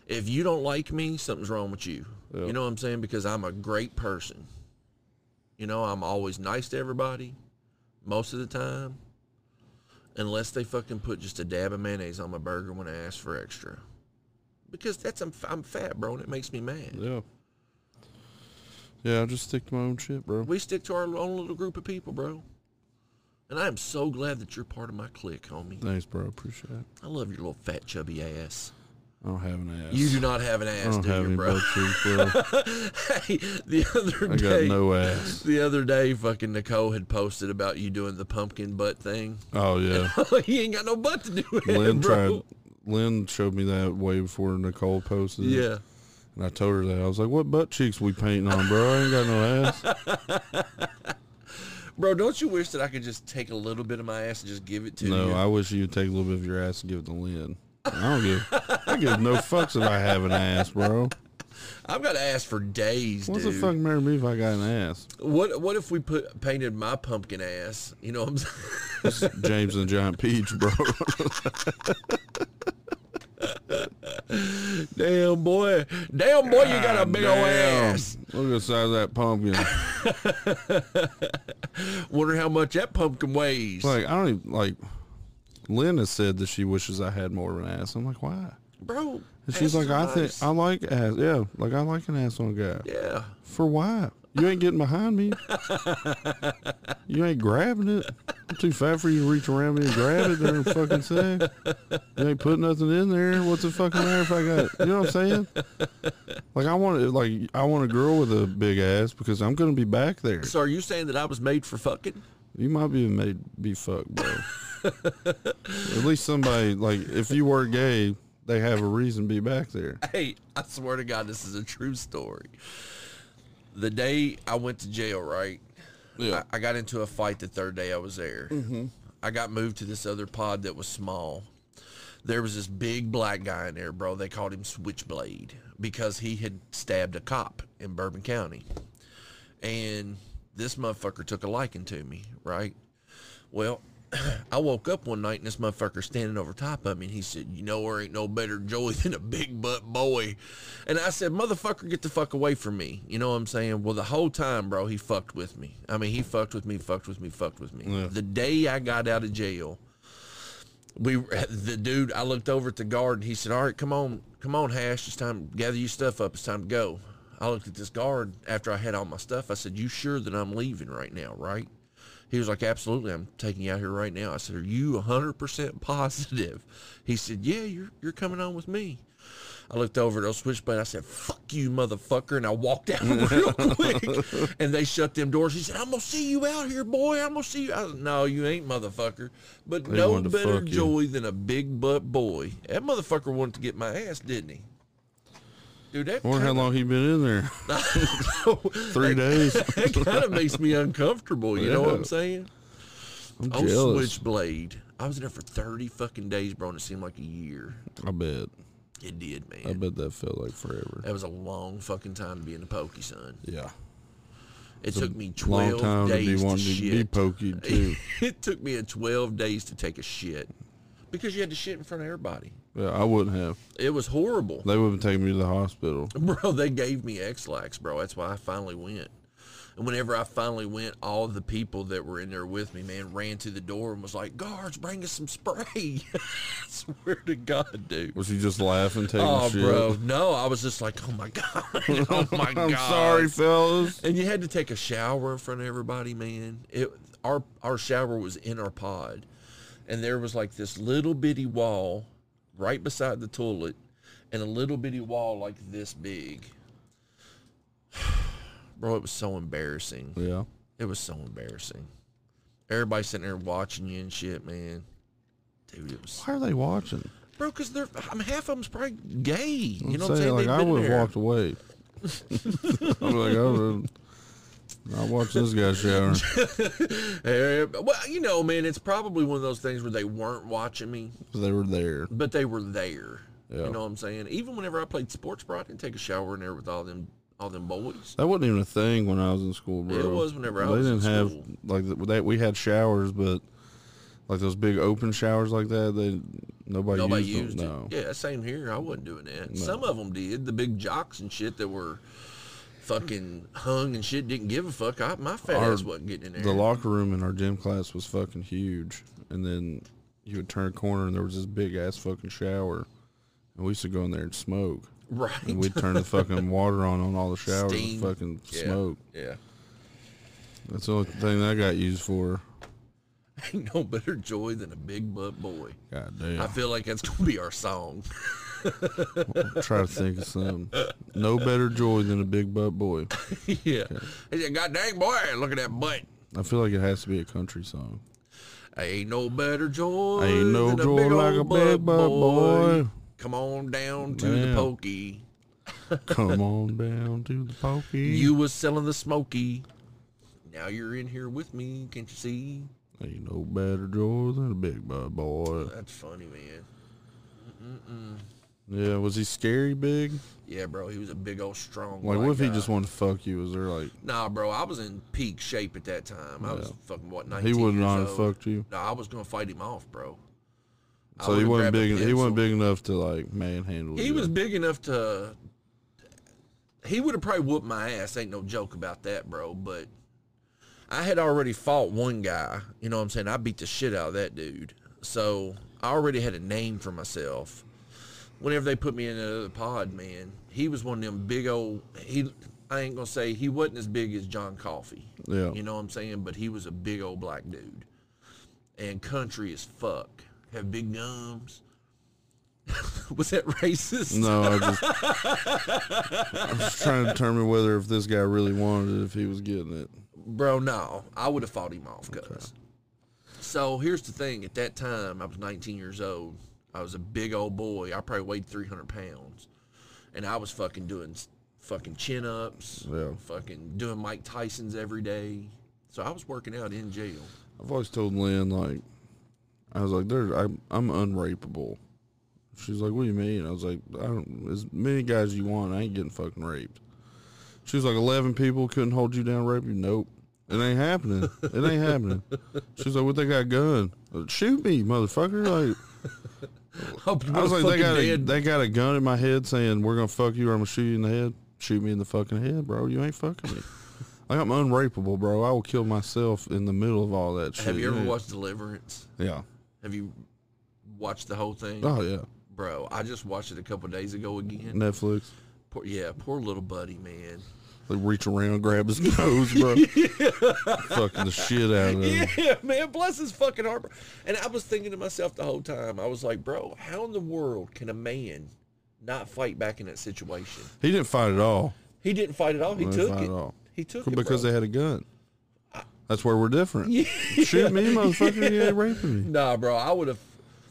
[SPEAKER 3] If you don't like me, something's wrong with you. You know what I'm saying? Because I'm a great person. You know, I'm always nice to everybody, most of the time. Unless they fucking put just a dab of mayonnaise on my burger when I ask for extra. Because that's, I'm, I'm fat, bro, and it makes me mad.
[SPEAKER 4] Yeah. Yeah, I just stick to my own shit, bro.
[SPEAKER 3] We stick to our own little group of people, bro. And I am so glad that you're part of my clique, homie.
[SPEAKER 4] Thanks, bro. Appreciate it.
[SPEAKER 3] I love your little fat, chubby ass.
[SPEAKER 4] I don't have an ass.
[SPEAKER 3] You do not have an
[SPEAKER 4] I
[SPEAKER 3] ass,
[SPEAKER 4] don't
[SPEAKER 3] do
[SPEAKER 4] have
[SPEAKER 3] you,
[SPEAKER 4] any
[SPEAKER 3] bro?
[SPEAKER 4] butt cheeks, bro.
[SPEAKER 3] hey, the other
[SPEAKER 4] I got
[SPEAKER 3] day,
[SPEAKER 4] no ass.
[SPEAKER 3] the other day, fucking Nicole had posted about you doing the pumpkin butt thing.
[SPEAKER 4] Oh yeah.
[SPEAKER 3] you ain't got no butt to do it,
[SPEAKER 4] Lynn
[SPEAKER 3] bro.
[SPEAKER 4] tried. Lynn showed me that way before Nicole posted. it.
[SPEAKER 3] Yeah.
[SPEAKER 4] And I told her that I was like, "What butt cheeks we painting on, bro? I ain't got no ass."
[SPEAKER 3] Bro, don't you wish that I could just take a little bit of my ass and just give it to
[SPEAKER 4] no,
[SPEAKER 3] you?
[SPEAKER 4] I wish you'd take a little bit of your ass and give it to Lynn. I don't give. I give no fucks if I have an ass, bro.
[SPEAKER 3] I've got ass for days,
[SPEAKER 4] What's
[SPEAKER 3] dude.
[SPEAKER 4] the fuck marry me if I got an ass?
[SPEAKER 3] What what if we put painted my pumpkin ass? You know what I'm saying?
[SPEAKER 4] James and the Giant Peach, bro.
[SPEAKER 3] Damn boy, damn boy, you got a big old
[SPEAKER 4] Damn.
[SPEAKER 3] ass.
[SPEAKER 4] Look at the size of that pumpkin.
[SPEAKER 3] Wonder how much that pumpkin weighs,
[SPEAKER 4] Like I don't even like. Lynn has said that she wishes I had more of an ass. I'm like, why?
[SPEAKER 3] bro.
[SPEAKER 4] And
[SPEAKER 3] ass
[SPEAKER 4] she's like,
[SPEAKER 3] is
[SPEAKER 4] I think
[SPEAKER 3] nice.
[SPEAKER 4] I like ass. Yeah, like I like an ass on a guy.
[SPEAKER 3] yeah,
[SPEAKER 4] For why? You ain't getting behind me. you ain't grabbing it. I'm too fat for you to reach around me and grab it during fucking sex. You ain't putting nothing in there. What's the fucking matter if I got? You know what I'm saying? Like I want it. Like I want a girl with a big ass because I'm gonna be back there.
[SPEAKER 3] So are you saying that I was made for fucking?
[SPEAKER 4] You might be made be fucked, bro. At least somebody like if you were gay, they have a reason to be back there.
[SPEAKER 3] Hey, I swear to God, this is a true story. The day I went to jail, right?
[SPEAKER 4] Yeah.
[SPEAKER 3] I, I got into a fight the third day I was there. Mm-hmm. I got moved to this other pod that was small. There was this big black guy in there, bro. They called him Switchblade because he had stabbed a cop in Bourbon County. And this motherfucker took a liking to me, right? Well, I woke up one night and this motherfucker standing over top of me and he said, You know, there ain't no better joy than a big butt boy. And I said, Motherfucker, get the fuck away from me. You know what I'm saying? Well, the whole time, bro, he fucked with me. I mean, he fucked with me, fucked with me, fucked with me.
[SPEAKER 4] Yeah.
[SPEAKER 3] The day I got out of jail, we the dude I looked over at the guard and he said, "All right, come on, come on, Hash, it's time gather your stuff up. It's time to go." I looked at this guard after I had all my stuff. I said, "You sure that I'm leaving right now, right?" He was like, "Absolutely, I'm taking you out here right now." I said, "Are you 100% positive?" He said, "Yeah, you're you're coming on with me." I looked over at those switchblade. I said, "Fuck you, motherfucker!" And I walked out real quick. And they shut them doors. He said, "I'm gonna see you out here, boy. I'm gonna see you." I said, no, you ain't, motherfucker. But
[SPEAKER 4] They
[SPEAKER 3] no
[SPEAKER 4] wanted to
[SPEAKER 3] better
[SPEAKER 4] fuck you.
[SPEAKER 3] joy than a big butt boy. That motherfucker wanted to get my ass, didn't he? Dude, that
[SPEAKER 4] I wonder how
[SPEAKER 3] kinda-
[SPEAKER 4] long he been in there. Three days.
[SPEAKER 3] that kind of makes me uncomfortable. You know what I'm
[SPEAKER 4] Yeah.
[SPEAKER 3] saying?
[SPEAKER 4] I'm
[SPEAKER 3] Oh,
[SPEAKER 4] jealous.
[SPEAKER 3] Switchblade. I was in there for 30 fucking days, bro, and it seemed like a year.
[SPEAKER 4] I bet.
[SPEAKER 3] It did,
[SPEAKER 4] I
[SPEAKER 3] man.
[SPEAKER 4] bet that felt like forever.
[SPEAKER 3] That was a long fucking time to be in the Pokey, son.
[SPEAKER 4] Yeah.
[SPEAKER 3] It took me
[SPEAKER 4] Long
[SPEAKER 3] twelve
[SPEAKER 4] time to
[SPEAKER 3] days
[SPEAKER 4] be
[SPEAKER 3] to,
[SPEAKER 4] wanting to be
[SPEAKER 3] shit.
[SPEAKER 4] pokey too.
[SPEAKER 3] it took me a twelve days to take a shit because you had to shit in front of everybody.
[SPEAKER 4] yeah, I wouldn't have.
[SPEAKER 3] It was horrible,
[SPEAKER 4] They would have taken me to the hospital.
[SPEAKER 3] bro. They gave me X-Lax, bro. That's why I finally went. And whenever I finally went, all the people that were in there with me, man, ran to the door and was like, "Guards, bring us some spray." I swear to God, dude.
[SPEAKER 4] Was you just laughing, taking
[SPEAKER 3] Oh,
[SPEAKER 4] shit?
[SPEAKER 3] bro, no! I was just like, "Oh my god, oh my god!"
[SPEAKER 4] I'm sorry, fellas.
[SPEAKER 3] And you had to take a shower in front of everybody, man. It our our shower was in our pod, and there was like this little bitty wall right beside the toilet, and a little bitty wall like this big. Bro, it was so embarrassing.
[SPEAKER 4] Yeah.
[SPEAKER 3] It was so embarrassing. Everybody sitting there watching you and shit, man. Dude, it was
[SPEAKER 4] Why are they watching?
[SPEAKER 3] bro. Cause they're I mean, half of them's probably gay. You know what I'm
[SPEAKER 4] saying?
[SPEAKER 3] saying?
[SPEAKER 4] Like
[SPEAKER 3] They've
[SPEAKER 4] I
[SPEAKER 3] been
[SPEAKER 4] would have
[SPEAKER 3] there.
[SPEAKER 4] walked away. I'm like, I would. I watch this guy showering.
[SPEAKER 3] Eh, Well, you know, man, it's probably one of those things where they weren't watching me,
[SPEAKER 4] They were there.
[SPEAKER 3] but they were there.
[SPEAKER 4] Yeah.
[SPEAKER 3] You know what I'm saying? Even whenever I played sports, bro, I didn't take a shower in there with all them all them boys.
[SPEAKER 4] That wasn't even a thing when I was in school, bro.
[SPEAKER 3] It was whenever I
[SPEAKER 4] they
[SPEAKER 3] was in
[SPEAKER 4] didn't have
[SPEAKER 3] school.
[SPEAKER 4] like th- that. We had showers, but like those big open showers like that, they nobody,
[SPEAKER 3] Nobody
[SPEAKER 4] used,
[SPEAKER 3] used
[SPEAKER 4] them. No,
[SPEAKER 3] it. Yeah, same here. I wasn't doing that. Some of them did. The big jocks and shit that were fucking hung and shit didn't give a fuck. I, my fat
[SPEAKER 4] Our-
[SPEAKER 3] ass wasn't getting in there.
[SPEAKER 4] the locker room in our gym class was fucking huge, and then you would turn a corner and there was this big ass fucking shower, and we used to go in there and smoke,
[SPEAKER 3] right.
[SPEAKER 4] and we'd turn the fucking water on on all the showers
[SPEAKER 3] Steam.
[SPEAKER 4] and fucking
[SPEAKER 3] yeah.
[SPEAKER 4] smoke.
[SPEAKER 3] Yeah.
[SPEAKER 4] That's the only thing that got used for.
[SPEAKER 3] Ain't no better joy than a big butt boy.
[SPEAKER 4] God
[SPEAKER 3] I
[SPEAKER 4] damn.
[SPEAKER 3] feel like that's gonna be our song.
[SPEAKER 4] Try to think of something. No better joy than a big butt boy.
[SPEAKER 3] yeah. He said, God dang boy, look at that butt.
[SPEAKER 4] I feel like it has to be a country song.
[SPEAKER 3] Ain't no better joy.
[SPEAKER 4] Ain't no
[SPEAKER 3] than a
[SPEAKER 4] joy
[SPEAKER 3] big
[SPEAKER 4] like
[SPEAKER 3] old
[SPEAKER 4] a big butt boy.
[SPEAKER 3] Come on down to the
[SPEAKER 4] Man.
[SPEAKER 3] pokey.
[SPEAKER 4] Come on down to the pokey.
[SPEAKER 3] You was selling the smoky. Now you're in here with me. Can't you see?
[SPEAKER 4] ain't no better joy than a big butt boy.
[SPEAKER 3] That's funny, man.
[SPEAKER 4] Yeah, was he scary big?
[SPEAKER 3] Yeah, bro. He was a big old strong.
[SPEAKER 4] Like,
[SPEAKER 3] black
[SPEAKER 4] what if he
[SPEAKER 3] guy.
[SPEAKER 4] just wanted to fuck you? Was there like
[SPEAKER 3] Nah, bro. I was in peak shape at that time. I was fucking what 19
[SPEAKER 4] he would
[SPEAKER 3] years
[SPEAKER 4] not
[SPEAKER 3] old.
[SPEAKER 4] have fucked you?
[SPEAKER 3] No, I was gonna fight him off, bro. I
[SPEAKER 4] So he
[SPEAKER 3] would've
[SPEAKER 4] wasn't
[SPEAKER 3] grabbed a
[SPEAKER 4] big. He
[SPEAKER 3] pencil.
[SPEAKER 4] wasn't big enough to like manhandle.
[SPEAKER 3] He
[SPEAKER 4] you.
[SPEAKER 3] was big enough to. He would have probably whooped my ass. Ain't no joke about that, bro. But I had already fought one guy. You know what I'm saying? I beat the shit out of that dude. So I already had a name for myself. Whenever they put me in another pod, man, he was one of them big old. He, I ain't gonna say he wasn't as big as John Coffey.
[SPEAKER 4] Yeah.
[SPEAKER 3] You know what I'm saying? But he was a big old black dude, and country as fuck. Have big gums. was that racist?
[SPEAKER 4] No, I just. I was trying to determine whether if this guy really wanted it, if he was getting it.
[SPEAKER 3] Bro, no. I would have fought him off, cuz. So here's the thing. At that time, I was 19 years old. I was a big old boy. I probably weighed 300 pounds. And I was fucking doing s- fucking chin ups,
[SPEAKER 4] Yeah.
[SPEAKER 3] fucking doing Mike Tyson's every day. So I was working out in jail.
[SPEAKER 4] I've always told Lynn like, I was like, there, I'm, I'm unrapeable. She's like, what do you mean? I was like, I don't. As many guys as you want, I ain't getting fucking raped. She was like, eleven people couldn't hold you down, rape you. Nope, it ain't happening. It ain't happening. She's like, what they got a gun? Shoot me, motherfucker! Like,
[SPEAKER 3] Hope you
[SPEAKER 4] I was like, they
[SPEAKER 3] motherfucking
[SPEAKER 4] got a,
[SPEAKER 3] dead.
[SPEAKER 4] they got a gun in my head saying, we're gonna fuck you, or I'm gonna shoot you in the head. Shoot me in the fucking head, bro. You ain't fucking me. Like, I'm unrapeable, bro. I will kill myself in the middle of all that shit.
[SPEAKER 3] Have you ever
[SPEAKER 4] Yeah.
[SPEAKER 3] watched Deliverance?
[SPEAKER 4] Yeah.
[SPEAKER 3] Have you watched the whole thing?
[SPEAKER 4] Oh yeah,
[SPEAKER 3] Bro, I just watched it a couple days ago again.
[SPEAKER 4] Netflix.
[SPEAKER 3] Poor, yeah, poor little buddy, man.
[SPEAKER 4] They reach around, grab his nose, bro. Fucking the shit out of him.
[SPEAKER 3] Yeah, man. Bless his fucking heart. bro. And I was thinking to myself the whole time. I was like, bro, how in the world can a man not fight back in that situation?
[SPEAKER 4] He didn't fight at all
[SPEAKER 3] He didn't fight at all. He
[SPEAKER 4] Didn't
[SPEAKER 3] took
[SPEAKER 4] fight
[SPEAKER 3] it.
[SPEAKER 4] at all.
[SPEAKER 3] He took it
[SPEAKER 4] because
[SPEAKER 3] bro.
[SPEAKER 4] they had a gun. That's where we're different. Shoot me, motherfucker! You ain't raping me.
[SPEAKER 3] Nah, bro. I would have.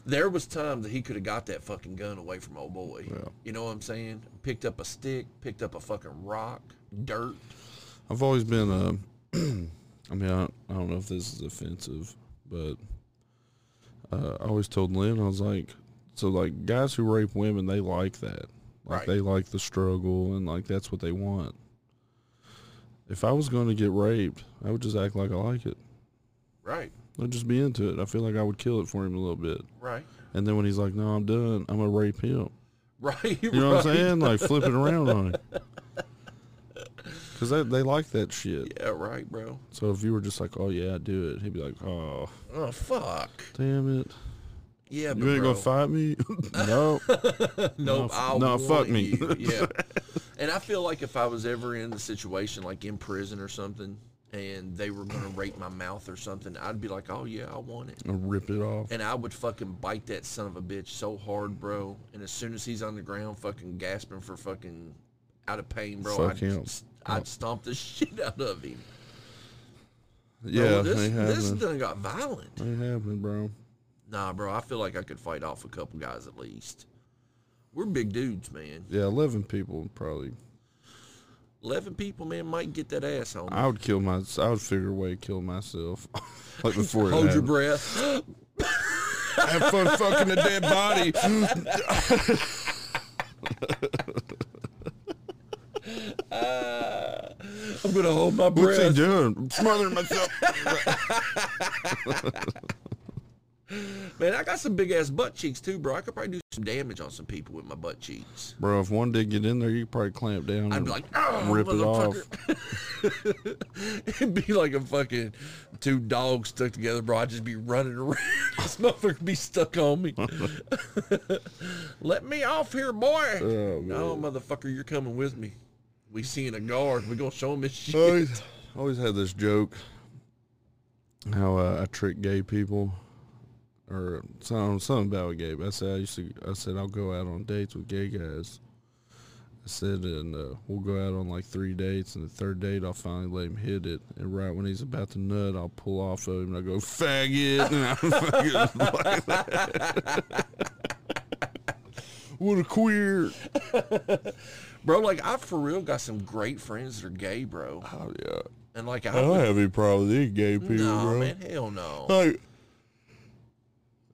[SPEAKER 3] There was times that he could have got that fucking gun away from old boy. You know what I'm saying? Picked up a stick. Picked up a fucking rock. Dirt.
[SPEAKER 4] I've always been uh, I mean, I, I don't know if this is offensive, but uh, I always told Lynn, I was like, so like guys who rape women, they like that.
[SPEAKER 3] Right.
[SPEAKER 4] Like they like the struggle and like that's what they want. If I was going to get raped, I would just act like I like it.
[SPEAKER 3] Right.
[SPEAKER 4] I'd just be into it. I feel like I would kill it for him a little bit.
[SPEAKER 3] Right.
[SPEAKER 4] And then when he's like, "No, I'm done. I'm gonna rape him."
[SPEAKER 3] Right.
[SPEAKER 4] You know what I'm saying? Like flip it around on him. Because they, they like that shit.
[SPEAKER 3] Yeah, right, bro.
[SPEAKER 4] So if you were just like, "Oh yeah, I do it," he'd be like, "Oh,
[SPEAKER 3] Oh fuck.
[SPEAKER 4] damn it!
[SPEAKER 3] Yeah, but
[SPEAKER 4] You ain't
[SPEAKER 3] bro,
[SPEAKER 4] gonna fight me? no,
[SPEAKER 3] No,
[SPEAKER 4] f-
[SPEAKER 3] I'll
[SPEAKER 4] no, fuck
[SPEAKER 3] want
[SPEAKER 4] me.
[SPEAKER 3] you. Yeah. and I feel like if I was ever in the situation, like in prison or something, and they were gonna rape my mouth or something, I'd be like, oh yeah, I want it.
[SPEAKER 4] I'll rip it off."
[SPEAKER 3] And I would fucking bite that son of a bitch so hard, bro. And as soon as he's on the ground, fucking gasping for fucking out of pain, bro,
[SPEAKER 4] Fuck
[SPEAKER 3] I'd,
[SPEAKER 4] him.
[SPEAKER 3] s- I'd stomp the shit out of him.
[SPEAKER 4] Yeah,
[SPEAKER 3] bro, this
[SPEAKER 4] they
[SPEAKER 3] this
[SPEAKER 4] happen.
[SPEAKER 3] done got violent.
[SPEAKER 4] They happen, bro.
[SPEAKER 3] Nah, bro, I feel like I could fight off a couple guys at least. We're big dudes, man.
[SPEAKER 4] Yeah, eleven people probably.
[SPEAKER 3] Eleven people, man, might get that ass home.
[SPEAKER 4] I would kill my. I would figure a way to kill myself. like before. it
[SPEAKER 3] Hold your
[SPEAKER 4] happened.
[SPEAKER 3] breath.
[SPEAKER 4] Have fun fucking a dead body.
[SPEAKER 3] I'm gonna hold my
[SPEAKER 4] What's he doing? Smothering myself.
[SPEAKER 3] Man, I got some big ass butt cheeks too, bro. I could probably do some damage on some people with my butt cheeks.
[SPEAKER 4] Bro, if one did get in there, you could probably clamp down.
[SPEAKER 3] I'd
[SPEAKER 4] and
[SPEAKER 3] be like, oh,
[SPEAKER 4] Mm. rip it off.
[SPEAKER 3] motherfucker. It'd be like a fucking two dogs stuck together, bro. I'd just be running around. this motherfucker be stuck on me. Let me off here, boy.
[SPEAKER 4] Oh,
[SPEAKER 3] no, motherfucker, you're coming with me. We seeing a guard. We gonna show him his shit.
[SPEAKER 4] I always, I always had this joke how uh, I trick gay people or something, something about gay. I said I used to. I said I'll go out on dates with gay guys. I said, and uh, we'll go out on like three dates, and the third date I'll finally let him hit it, and right when he's about to nut, I'll pull off of him and I go faggot, and I'm fucking like that. What a queer!
[SPEAKER 3] Bro, like I for real got some great friends that are gay, bro.
[SPEAKER 4] Oh yeah,
[SPEAKER 3] And like I,
[SPEAKER 4] I don't
[SPEAKER 3] would-
[SPEAKER 4] have any problem with any gay people,
[SPEAKER 3] no,
[SPEAKER 4] bro.
[SPEAKER 3] man, hell no.
[SPEAKER 4] Like,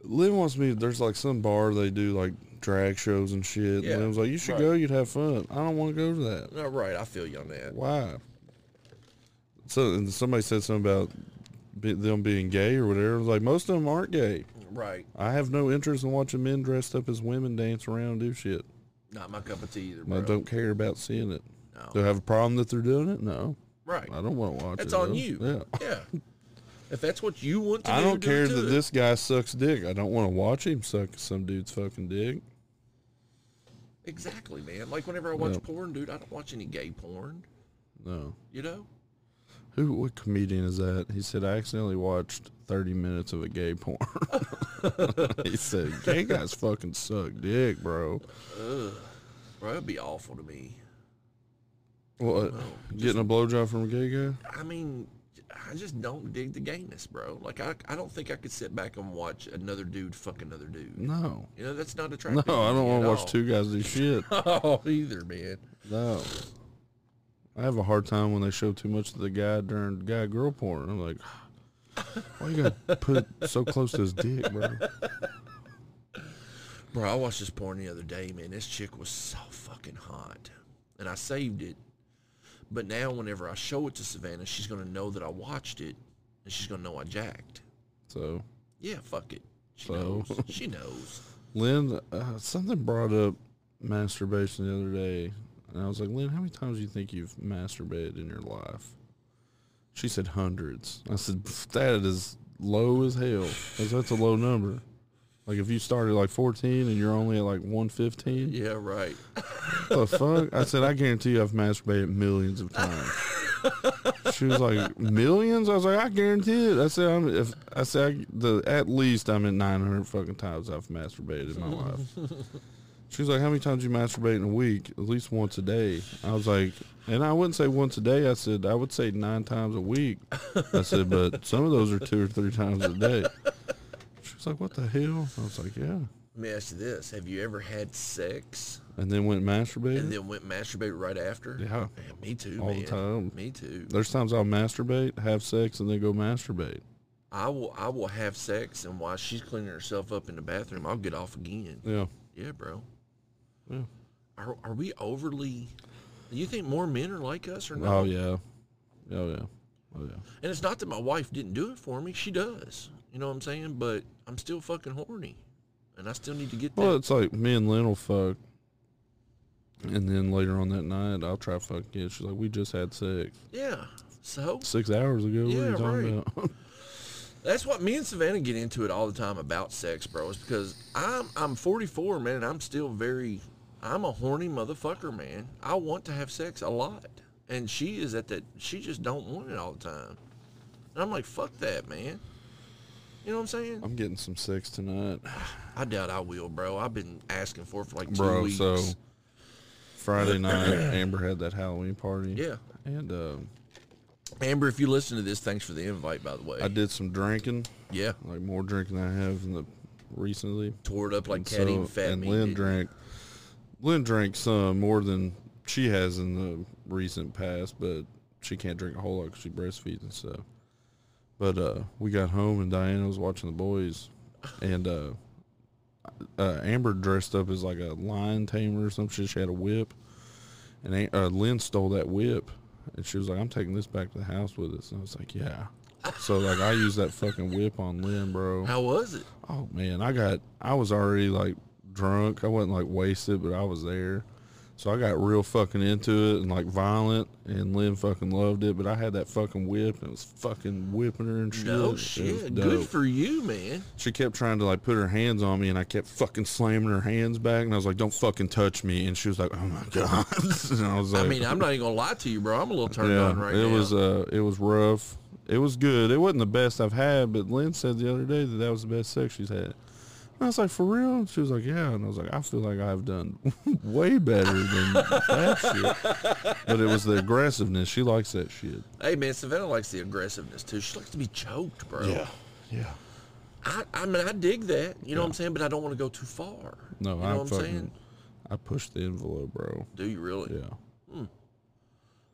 [SPEAKER 4] Lynn wants me. There's like some bar they do like drag shows and shit.
[SPEAKER 3] Yeah,
[SPEAKER 4] and I was like, you should
[SPEAKER 3] right.
[SPEAKER 4] go. You'd have fun. I don't want to go to that.
[SPEAKER 3] No, right, I feel you on that.
[SPEAKER 4] Why? So and somebody said something about be, them being gay or whatever. I was like, most of them aren't gay.
[SPEAKER 3] Right,
[SPEAKER 4] I have no interest in watching men dressed up as women dance around and do shit.
[SPEAKER 3] not my cup of tea either,
[SPEAKER 4] I
[SPEAKER 3] bro.
[SPEAKER 4] don't care about seeing it.
[SPEAKER 3] No.
[SPEAKER 4] Do I have a problem that they're doing it? No.
[SPEAKER 3] Right,
[SPEAKER 4] I don't want to watch
[SPEAKER 3] that's
[SPEAKER 4] it.
[SPEAKER 3] on
[SPEAKER 4] though.
[SPEAKER 3] you.
[SPEAKER 4] Yeah.
[SPEAKER 3] yeah. If that's what you want to
[SPEAKER 4] I
[SPEAKER 3] do,
[SPEAKER 4] don't
[SPEAKER 3] do
[SPEAKER 4] care
[SPEAKER 3] it to
[SPEAKER 4] that
[SPEAKER 3] it.
[SPEAKER 4] this guy sucks dick. I don't want to watch him suck some dude's fucking dick.
[SPEAKER 3] Exactly, man. Like whenever I watch
[SPEAKER 4] Yeah.
[SPEAKER 3] porn, dude, I don't watch any gay porn.
[SPEAKER 4] No.
[SPEAKER 3] You know?
[SPEAKER 4] Who? What comedian is that? He said I accidentally watched thirty minutes of a gay porn. he said gay guys fucking suck dick, bro.
[SPEAKER 3] Bro, that'd be awful to me.
[SPEAKER 4] What? Getting a blowjob from a gay guy?
[SPEAKER 3] I mean, I just don't dig the gayness, bro. Like I, I don't think I could sit back and watch another dude fuck another dude.
[SPEAKER 4] No.
[SPEAKER 3] You know, that's not
[SPEAKER 4] No, I
[SPEAKER 3] attractive.
[SPEAKER 4] don't want to watch
[SPEAKER 3] to
[SPEAKER 4] two guys do shit.
[SPEAKER 3] me at all. either, man.
[SPEAKER 4] No. I have a hard time when they show too much of the guy during guy girl porn. I'm like, why you gotta put it so close to his dick, bro?
[SPEAKER 3] Bro, I watched this porn the other day, man. This chick was so fucking hot. And I saved it. But now whenever I show it to Savannah, she's going to know that I watched it. And she's going to know I jacked.
[SPEAKER 4] So
[SPEAKER 3] Yeah, fuck it. She
[SPEAKER 4] So?
[SPEAKER 3] knows. She knows.
[SPEAKER 4] Lynn, uh, something brought up masturbation the other day, and I was like, Lynn, how many times do you think you've masturbated in your life? She said hundreds. I said, "Pff, that is low as hell. I said, That's a low number. Like if you started like 14 and you're only at like 115,
[SPEAKER 3] Yeah, right.
[SPEAKER 4] the fuck? I said, I guarantee you I've masturbated millions of times. She was like, millions? I was like, I guarantee it. I said, I'm, if, I said, I, the, at least I'm at 900 fucking times I've masturbated in my life. She was like, how many times you masturbate in a week? At least once a day. I was like, and I wouldn't say once a day. I said, I would say nine times a week. I said, but some of those are two or three times a day. She was like, what the hell? I was like, yeah.
[SPEAKER 3] Let me ask you this. Have you ever had sex
[SPEAKER 4] And then went masturbating.
[SPEAKER 3] and then went masturbate right after?
[SPEAKER 4] Yeah.
[SPEAKER 3] Man, me too,
[SPEAKER 4] All the
[SPEAKER 3] man.
[SPEAKER 4] time.
[SPEAKER 3] Me too.
[SPEAKER 4] There's times I'll masturbate, have sex, and then go masturbate.
[SPEAKER 3] I will I will have sex and while she's cleaning herself up in the bathroom, I'll get off again.
[SPEAKER 4] Yeah.
[SPEAKER 3] Yeah, bro.
[SPEAKER 4] Yeah.
[SPEAKER 3] Are, are we overly? Do you think more men are like us or not?
[SPEAKER 4] Oh yeah. Oh yeah. Oh yeah.
[SPEAKER 3] And it's not that my wife didn't do it for me. She does. You know what I'm saying? But I'm still fucking horny. And I still need to get that.
[SPEAKER 4] Well, it's like me and Lynn will fuck, and then later on that night I'll try fuck again. She's like, "We just had sex
[SPEAKER 3] yeah. So
[SPEAKER 4] six hours ago. what are
[SPEAKER 3] Yeah,
[SPEAKER 4] you talking
[SPEAKER 3] right.
[SPEAKER 4] about?"
[SPEAKER 3] that's what me and Savannah get into it all the time about sex, bro, is because I'm I'm 44, man, and I'm still very I'm a horny motherfucker, man. I want to have sex a lot. And she is at that she just don't want it all the time. And I'm like, fuck that, man. You know what I'm saying?
[SPEAKER 4] I'm getting some sex tonight,
[SPEAKER 3] I doubt I will, bro. I've been asking for it for like two
[SPEAKER 4] bro.
[SPEAKER 3] weeks.
[SPEAKER 4] So Friday night, Amber had that Halloween party.
[SPEAKER 3] Yeah.
[SPEAKER 4] and uh,
[SPEAKER 3] Amber, if you listen to this, thanks for the invite, by the way.
[SPEAKER 4] I did some drinking,
[SPEAKER 3] yeah.
[SPEAKER 4] like more drinking than I have in the recently.
[SPEAKER 3] Tore it up like
[SPEAKER 4] And
[SPEAKER 3] cat eating fat
[SPEAKER 4] and
[SPEAKER 3] meat,
[SPEAKER 4] Lynn
[SPEAKER 3] didn't-
[SPEAKER 4] drank. Lynn drank some more than she has in the recent past, but she can't drink a whole lot because she breastfeeds and stuff. But uh, we got home and Diana was watching the boys, and uh, uh, Amber dressed up as like a lion tamer or some shit. She had a whip, and A- uh, Lynn stole that whip, and she was like, "I'm taking this back to the house with us." And I was like, "Yeah." So like I used that fucking whip on Lynn, bro.
[SPEAKER 3] How was it?
[SPEAKER 4] Oh man, I got I was already like drunk. I wasn't like wasted, but I was there. So I got real fucking into it and like violent and Lynn fucking loved it, but I had that fucking whip and it was fucking whipping her and shit. It
[SPEAKER 3] No
[SPEAKER 4] was
[SPEAKER 3] shit.
[SPEAKER 4] dope.
[SPEAKER 3] Good for you, man.
[SPEAKER 4] she kept trying to like put her hands on me and I kept fucking slamming her hands back and I was like, Don't fucking touch me and she was like, Oh my god and I was like
[SPEAKER 3] I mean, I'm not even gonna lie to you, bro. I'm a little turned
[SPEAKER 4] yeah,
[SPEAKER 3] on right
[SPEAKER 4] it
[SPEAKER 3] now.
[SPEAKER 4] was uh, it was rough. It was good. It wasn't the best I've had, but Lynn said the other day that that was the best sex she's had. And I was like, for real? And she was like, yeah. And I was like, I feel like I've done way better than that shit. But it was the aggressiveness. She likes that shit.
[SPEAKER 3] hey, man, Savannah likes the aggressiveness too. She likes to be choked, bro.
[SPEAKER 4] yeah.
[SPEAKER 3] I, I mean, I dig that. You know what I'm saying? But I don't want to go too far.
[SPEAKER 4] No,
[SPEAKER 3] you know
[SPEAKER 4] I'm,
[SPEAKER 3] what I'm
[SPEAKER 4] fucking.
[SPEAKER 3] saying.
[SPEAKER 4] I pushed the envelope, bro.
[SPEAKER 3] Do you really?
[SPEAKER 4] Yeah.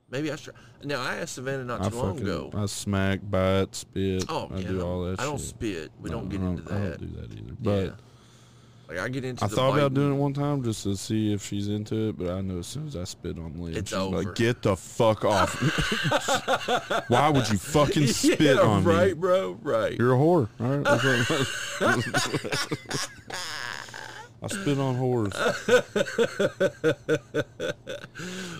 [SPEAKER 3] Maybe I should. Now I asked Savannah not
[SPEAKER 4] I
[SPEAKER 3] too long
[SPEAKER 4] fucking.
[SPEAKER 3] ago.
[SPEAKER 4] I smack, bite, spit.
[SPEAKER 3] oh,
[SPEAKER 4] I
[SPEAKER 3] yeah,
[SPEAKER 4] do all that.
[SPEAKER 3] I don't
[SPEAKER 4] shit.
[SPEAKER 3] spit. We
[SPEAKER 4] No,
[SPEAKER 3] don't get
[SPEAKER 4] I
[SPEAKER 3] into that.
[SPEAKER 4] I don't do that either. But.
[SPEAKER 3] yeah. Like I get into.
[SPEAKER 4] I
[SPEAKER 3] the
[SPEAKER 4] thought
[SPEAKER 3] biting.
[SPEAKER 4] about doing it one time just to see if she's into it, but I know as soon as I spit on Lynn,
[SPEAKER 3] It's
[SPEAKER 4] she's
[SPEAKER 3] over.
[SPEAKER 4] like, "Get the fuck off! Why would you fucking spit
[SPEAKER 3] yeah,
[SPEAKER 4] on
[SPEAKER 3] right,
[SPEAKER 4] me?
[SPEAKER 3] bro. Right.
[SPEAKER 4] You're a whore." All right. that's what it was. I spit on whores.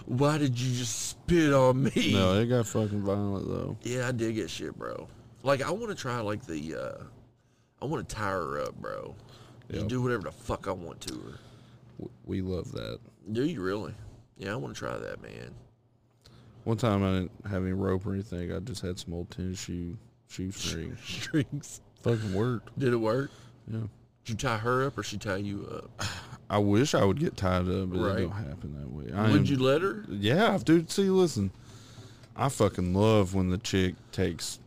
[SPEAKER 3] Why did you just spit on me?
[SPEAKER 4] No, it got fucking violent though.
[SPEAKER 3] Yeah, I dig that shit, bro. Like I want to try like the, uh I want to tie her up, bro. Just
[SPEAKER 4] Yeah.
[SPEAKER 3] do whatever the fuck I want to her.
[SPEAKER 4] W- We love that.
[SPEAKER 3] Do you really? Yeah, I want to try that, man.
[SPEAKER 4] One time I didn't have any rope or anything. I just had some old tennis shoe shoestring.
[SPEAKER 3] Strings.
[SPEAKER 4] fucking worked.
[SPEAKER 3] Did it work?
[SPEAKER 4] Yeah.
[SPEAKER 3] Did you tie her up or she tie you up?
[SPEAKER 4] I wish I would get tied up, but
[SPEAKER 3] Right.
[SPEAKER 4] it don't happen that way. I am-
[SPEAKER 3] Would you let her?
[SPEAKER 4] Yeah, dude. See, listen, I fucking love when the chick takes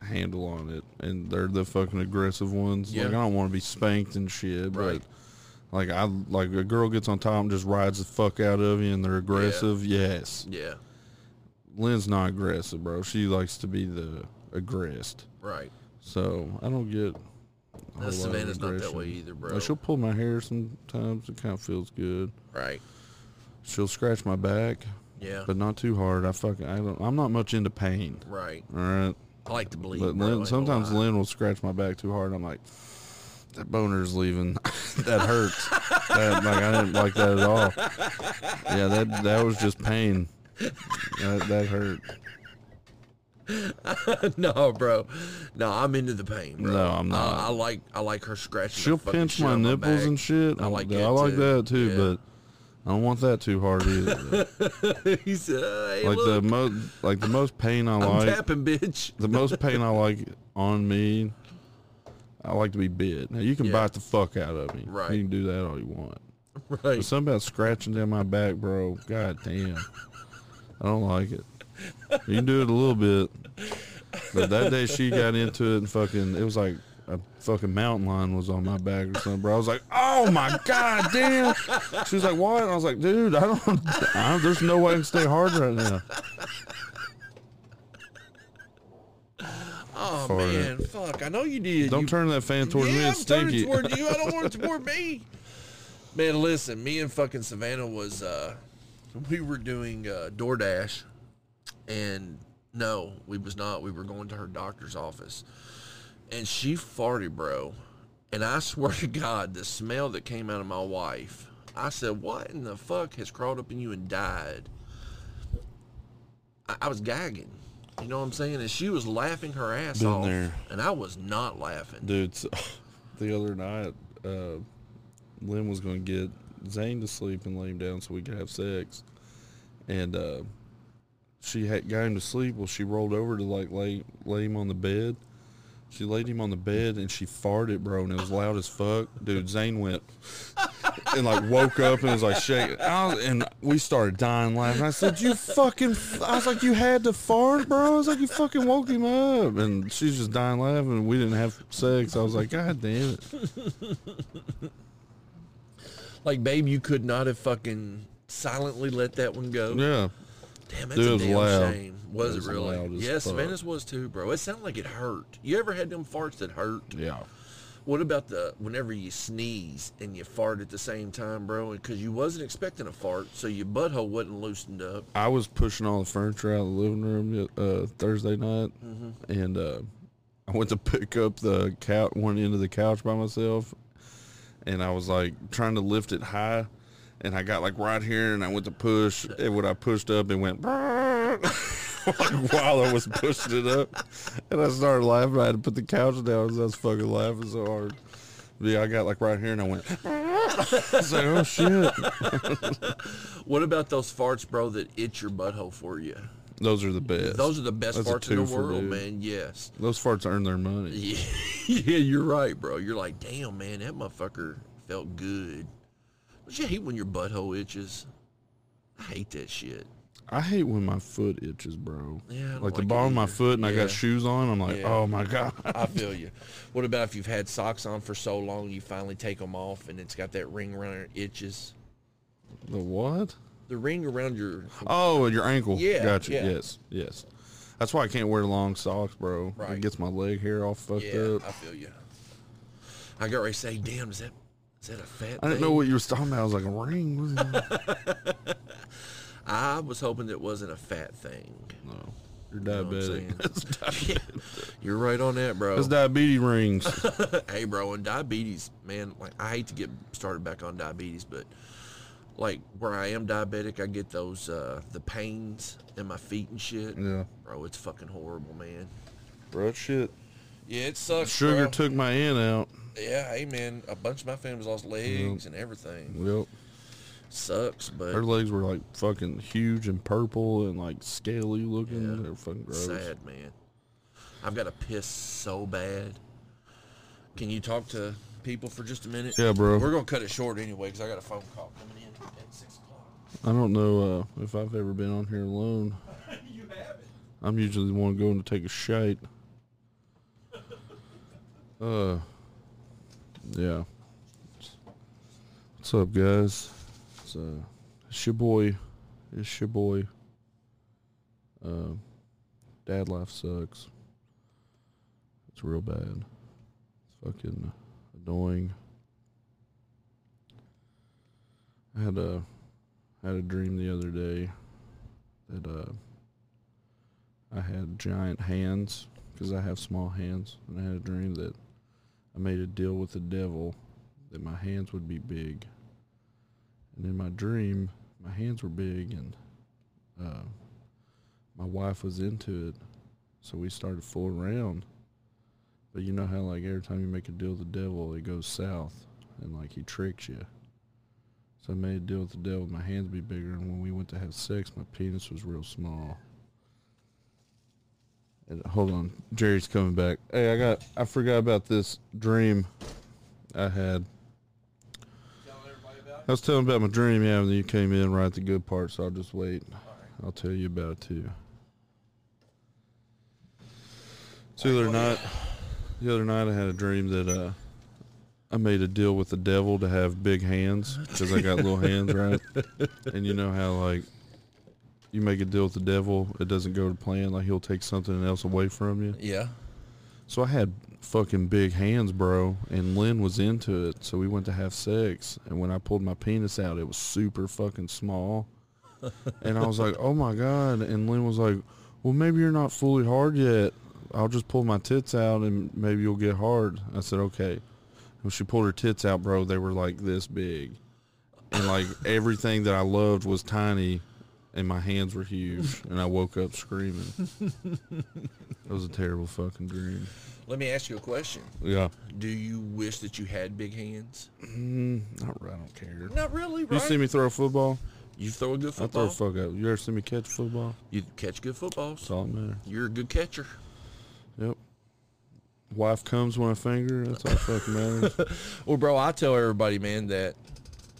[SPEAKER 4] handle on it, and they're the fucking aggressive ones.
[SPEAKER 3] Yeah.
[SPEAKER 4] Like I don't want to be spanked and shit,
[SPEAKER 3] Right.
[SPEAKER 4] but like I like a girl gets on top and just rides the fuck out of you, and they're aggressive. Yes,
[SPEAKER 3] Yeah.
[SPEAKER 4] Lynn's not aggressive, bro. She likes to be the aggressed.
[SPEAKER 3] Right.
[SPEAKER 4] So I don't get. a whole lot
[SPEAKER 3] Now
[SPEAKER 4] of
[SPEAKER 3] Savannah's not that
[SPEAKER 4] aggression.
[SPEAKER 3] way either, bro.
[SPEAKER 4] Like she'll pull my hair sometimes. It kind of feels good.
[SPEAKER 3] Right.
[SPEAKER 4] She'll scratch my back,
[SPEAKER 3] Yeah.
[SPEAKER 4] but not too hard. I fucking I don't. I'm not much into pain.
[SPEAKER 3] right.
[SPEAKER 4] All right.
[SPEAKER 3] I like to bleed.
[SPEAKER 4] But
[SPEAKER 3] bro, I ain't
[SPEAKER 4] Lynn,
[SPEAKER 3] gonna
[SPEAKER 4] sometimes
[SPEAKER 3] lie.
[SPEAKER 4] Lynn will scratch my back too hard. I'm like, that boner's leaving. that hurts. that, like I didn't like that at all. Yeah, that that was just pain. That, that hurt.
[SPEAKER 3] no, bro. No, I'm into the pain, bro.
[SPEAKER 4] No, I'm not.
[SPEAKER 3] I, I like I like her scratching.
[SPEAKER 4] She'll
[SPEAKER 3] the fucking
[SPEAKER 4] pinch
[SPEAKER 3] shit
[SPEAKER 4] my
[SPEAKER 3] out of
[SPEAKER 4] nipples
[SPEAKER 3] back.
[SPEAKER 4] and shit.
[SPEAKER 3] I like
[SPEAKER 4] that.
[SPEAKER 3] that
[SPEAKER 4] I like
[SPEAKER 3] too.
[SPEAKER 4] that too,
[SPEAKER 3] Yeah.
[SPEAKER 4] but I don't want that too hard either.
[SPEAKER 3] he said, uh, hey,
[SPEAKER 4] like
[SPEAKER 3] look,
[SPEAKER 4] the most like the most pain I
[SPEAKER 3] I'm
[SPEAKER 4] like
[SPEAKER 3] tapping, bitch.
[SPEAKER 4] the most pain I like on me. I like to be bit. Now you can
[SPEAKER 3] Yeah.
[SPEAKER 4] bite the fuck out of me.
[SPEAKER 3] Right.
[SPEAKER 4] You can do that all you want. But
[SPEAKER 3] Right.
[SPEAKER 4] something about scratching down my back, bro. God damn. I don't like it. You can do it a little bit. But that day she got into it and fucking, it was like a fucking mountain lion was on my back or something, bro. I was like, oh my God damn. She was like, what? And I was like, dude, I don't, I don't there's no way I can stay hard right now.
[SPEAKER 3] Oh
[SPEAKER 4] Fart.
[SPEAKER 3] man, fuck! I know you did.
[SPEAKER 4] Don't
[SPEAKER 3] you,
[SPEAKER 4] turn that fan towards
[SPEAKER 3] yeah,
[SPEAKER 4] me.
[SPEAKER 3] I'm
[SPEAKER 4] It's
[SPEAKER 3] turning
[SPEAKER 4] stinky.
[SPEAKER 3] toward you. I don't want it toward me. Man, listen. Me and fucking Savannah was uh, we were doing uh, DoorDash, and No, we was not. We were going to her doctor's office. And she farted, bro. And I swear to God, the smell that came out of my wife, I said, what in the fuck has crawled up in you and died? I, I was gagging. You know what I'm saying? And she was laughing her ass
[SPEAKER 4] Been
[SPEAKER 3] off.
[SPEAKER 4] there.
[SPEAKER 3] And I was not laughing.
[SPEAKER 4] Dude, so, the other night, uh, Lynn was going to get Zane to sleep and lay him down so we could have sex. And uh, she had got him to sleep. Well, she rolled over to like lay lay him on the bed. She laid him on the bed and she farted, bro, and it was loud as fuck. Dude, Zane went and like woke up and was like shaking. I was, and we started dying laughing. I said, "You fucking!" f-" I was like, "You had to fart, bro." I was like, "You fucking woke him up," and she's just dying laughing. And we didn't have sex. I was like, "God damn it!"
[SPEAKER 3] Like, babe, you could not have fucking silently let that one go.
[SPEAKER 4] Yeah,
[SPEAKER 3] Damn, that's
[SPEAKER 4] Dude, it
[SPEAKER 3] a
[SPEAKER 4] was
[SPEAKER 3] damn
[SPEAKER 4] loud.
[SPEAKER 3] shame. Was
[SPEAKER 4] It
[SPEAKER 3] it,
[SPEAKER 4] was
[SPEAKER 3] really?
[SPEAKER 4] loud as
[SPEAKER 3] yeah,
[SPEAKER 4] fuck.
[SPEAKER 3] Savannah's was too, bro. It sounded like it hurt. You ever had them farts that hurt?
[SPEAKER 4] yeah.
[SPEAKER 3] What about the whenever you sneeze and you fart at the same time, bro? Because you wasn't expecting a fart, so your butthole wasn't loosened up.
[SPEAKER 4] I was pushing all the furniture out of the living room uh, Thursday night,
[SPEAKER 3] Mm-hmm.
[SPEAKER 4] and uh, I went to pick up the couch, one end of the couch by myself, and I was like trying to lift it high, and I got like right here, and I went to push, and when I pushed up, it went like while I was pushing it up, and I started laughing. I had to put the couch down because I was fucking laughing so hard. But yeah, I got like right here, and I went. I was like, oh shit!
[SPEAKER 3] What about those farts, bro, that itch your butthole for you?
[SPEAKER 4] Those are the best.
[SPEAKER 3] Those are the best
[SPEAKER 4] That's a
[SPEAKER 3] farts in the
[SPEAKER 4] twofer,
[SPEAKER 3] world,
[SPEAKER 4] dude.
[SPEAKER 3] man. Yes.
[SPEAKER 4] Those farts earn their money.
[SPEAKER 3] Yeah, yeah, you're right, bro. You're like, damn, man, that motherfucker felt good. Don't you hate when your butthole itches? I hate that shit.
[SPEAKER 4] I hate when my foot itches, bro.
[SPEAKER 3] Yeah, I don't
[SPEAKER 4] like, the
[SPEAKER 3] like it
[SPEAKER 4] bottom of my
[SPEAKER 3] either.
[SPEAKER 4] foot, and I
[SPEAKER 3] Yeah.
[SPEAKER 4] got shoes on. I'm like,
[SPEAKER 3] Yeah.
[SPEAKER 4] oh my god.
[SPEAKER 3] I feel you. What about if you've had socks on for so long, you finally take them off, and it's got that ring around it itches?
[SPEAKER 4] The what?
[SPEAKER 3] The ring around your
[SPEAKER 4] Oh, your ankle.
[SPEAKER 3] Yeah,
[SPEAKER 4] gotcha.
[SPEAKER 3] yeah.
[SPEAKER 4] Yes, yes. That's why I can't wear long socks, bro. It
[SPEAKER 3] Right.
[SPEAKER 4] gets my leg hair all fucked
[SPEAKER 3] yeah,
[SPEAKER 4] up.
[SPEAKER 3] I feel you. I got ready to say, damn, is that is that a fat?
[SPEAKER 4] I didn't know
[SPEAKER 3] thing?
[SPEAKER 4] what you were talking about. I was like, a ring. What is that?
[SPEAKER 3] I was hoping it wasn't a fat thing.
[SPEAKER 4] no, you're
[SPEAKER 3] You know what I'm
[SPEAKER 4] diabetic.
[SPEAKER 3] saying? You're right on that, bro.
[SPEAKER 4] That's diabetes rings.
[SPEAKER 3] hey, bro, and diabetes, man. Like, I hate to get started back on diabetes, but like where I am diabetic, I get those uh the pains in my feet and shit.
[SPEAKER 4] yeah,
[SPEAKER 3] Bro, it's fucking horrible, man.
[SPEAKER 4] bro. that Shit.
[SPEAKER 3] Yeah, it sucks.
[SPEAKER 4] Sugar
[SPEAKER 3] bro.
[SPEAKER 4] took my end out.
[SPEAKER 3] Yeah, hey man, a bunch of my family's lost legs and everything.
[SPEAKER 4] Yep.
[SPEAKER 3] Sucks,
[SPEAKER 4] Her
[SPEAKER 3] but
[SPEAKER 4] legs were like fucking huge and purple and like scaly looking.
[SPEAKER 3] Yeah.
[SPEAKER 4] They're fucking gross.
[SPEAKER 3] sad, man. I've got to piss so bad. Can you talk to people for just a minute?
[SPEAKER 4] Yeah, bro.
[SPEAKER 3] We're gonna cut it short anyway because I got a phone call coming in at six o'clock.
[SPEAKER 4] I don't know uh, if I've ever been on here alone.
[SPEAKER 3] you haven't.
[SPEAKER 4] I'm usually the one going to take a shite. Uh, yeah. What's up, guys? It's, uh, it's your boy. It's your boy. Uh, dad life sucks. It's real bad. It's fucking annoying. I had uh, a had a dream the other day that uh I had giant hands because I have small hands, and I had a dream that I made a deal with the devil that my hands would be big. And in my dream, my hands were big, and uh, my wife was into it, so we started fooling around. But you know how, like, every time you make a deal with the devil, it goes south, and like he tricks you. So I made a deal with the devil, my hands would be bigger, and when we went to have sex, my penis was real small. And- Hold on, Jerry's coming back. Hey, I got I forgot about this dream I had. I was telling about my dream, yeah, and you came in right at the good part, so I'll just wait. I'll tell you about it too. So the other night, the other night I had a dream that uh, I made a deal with the devil to have big hands because I got little hands, right? And you know how like you make a deal with the devil, it doesn't go to plan. Like he'll take something else away from you.
[SPEAKER 3] Yeah.
[SPEAKER 4] So I had fucking big hands, bro, and Lynn was into it. So we went to have sex, and when I pulled my penis out, it was super fucking small. And I was like, "Oh my god!" And Lynn was like, well, maybe you're not fully hard yet. I'll just pull my tits out and maybe you'll get hard. I said, okay. When she pulled her tits out, bro, they were like this big. And like everything that I loved was tiny and my hands were huge. And I woke up screaming. that was a terrible fucking dream.
[SPEAKER 3] Let me ask you a question.
[SPEAKER 4] Yeah.
[SPEAKER 3] Do you wish that you had big hands?
[SPEAKER 4] Not right, I don't care.
[SPEAKER 3] Not really,
[SPEAKER 4] You see me throw a football?
[SPEAKER 3] You throw a good
[SPEAKER 4] I throw
[SPEAKER 3] football.
[SPEAKER 4] a fuck out. You ever see me catch football?
[SPEAKER 3] you catch good footballs.
[SPEAKER 4] That's all that matters.
[SPEAKER 3] You're a good catcher.
[SPEAKER 4] Yep. Wife comes when I finger. That's all that fucking matters.
[SPEAKER 3] Well, bro, I tell everybody, man, that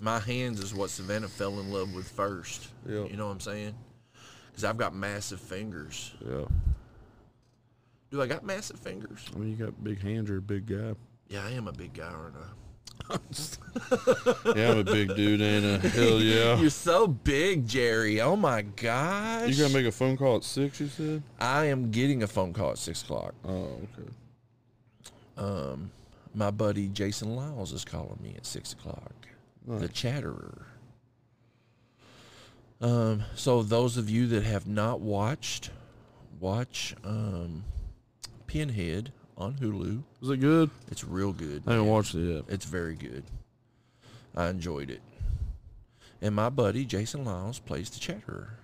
[SPEAKER 3] my hands is what Savannah fell in love with first.
[SPEAKER 4] Yeah.
[SPEAKER 3] You know what I'm saying? Because I've got massive fingers.
[SPEAKER 4] yeah.
[SPEAKER 3] Do I got massive fingers?
[SPEAKER 4] I mean, you got big hands. You're a big guy.
[SPEAKER 3] Yeah, I am a big guy, aren't I?
[SPEAKER 4] Yeah, I'm a big dude, ain't I? Hell yeah.
[SPEAKER 3] You're so big, Jerry. Oh my gosh.
[SPEAKER 4] You gonna make a phone call at six? You said.
[SPEAKER 3] I am getting a phone call at six o'clock.
[SPEAKER 4] Oh, okay.
[SPEAKER 3] My buddy Jason Lyles is calling me at six o'clock. The Chatterer. Um, so those of you that have not watched, watch um, Pinhead on Hulu.
[SPEAKER 4] Was it good?
[SPEAKER 3] It's real good.
[SPEAKER 4] I haven't
[SPEAKER 3] man.
[SPEAKER 4] watched it yet.
[SPEAKER 3] It's very good. I enjoyed it. And my buddy Jason Lyles plays the Chatterer.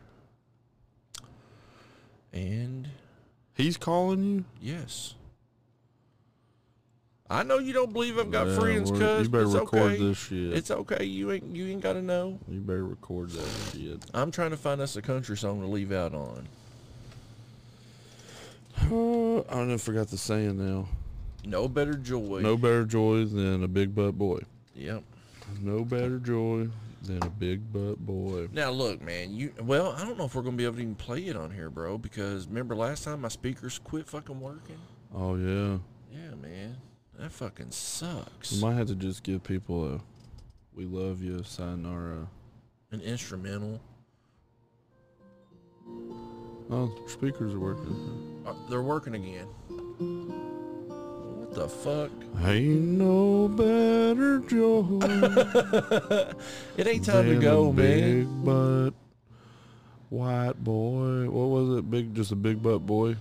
[SPEAKER 3] And
[SPEAKER 4] He's calling you.
[SPEAKER 3] yes. I know you don't believe I've got
[SPEAKER 4] Yeah,
[SPEAKER 3] friends,
[SPEAKER 4] we're-
[SPEAKER 3] cuz
[SPEAKER 4] You better
[SPEAKER 3] it's
[SPEAKER 4] record
[SPEAKER 3] okay.
[SPEAKER 4] this shit.
[SPEAKER 3] It's okay. You ain't you ain't gotta know.
[SPEAKER 4] you better record that shit.
[SPEAKER 3] I'm trying to find us a country song to leave out on.
[SPEAKER 4] Uh, I done forgot the saying now.
[SPEAKER 3] No better joy.
[SPEAKER 4] No better joy than a big butt boy.
[SPEAKER 3] Yep.
[SPEAKER 4] No better joy than a big butt boy.
[SPEAKER 3] Now look, man. You well, I don't know if we're gonna be able to even play it on here, bro. Because remember last time my speakers quit fucking working.
[SPEAKER 4] Oh yeah.
[SPEAKER 3] Yeah, man. That fucking sucks.
[SPEAKER 4] We might have to just give people a "We love you" uh, sayonara.
[SPEAKER 3] An instrumental.
[SPEAKER 4] Oh, speakers are working.
[SPEAKER 3] Uh, they're working again. What the fuck?
[SPEAKER 4] Ain't no better joy
[SPEAKER 3] It ain't time
[SPEAKER 4] than
[SPEAKER 3] to go,
[SPEAKER 4] a
[SPEAKER 3] man.
[SPEAKER 4] big butt white boy. What was it? Big, just a big butt boy.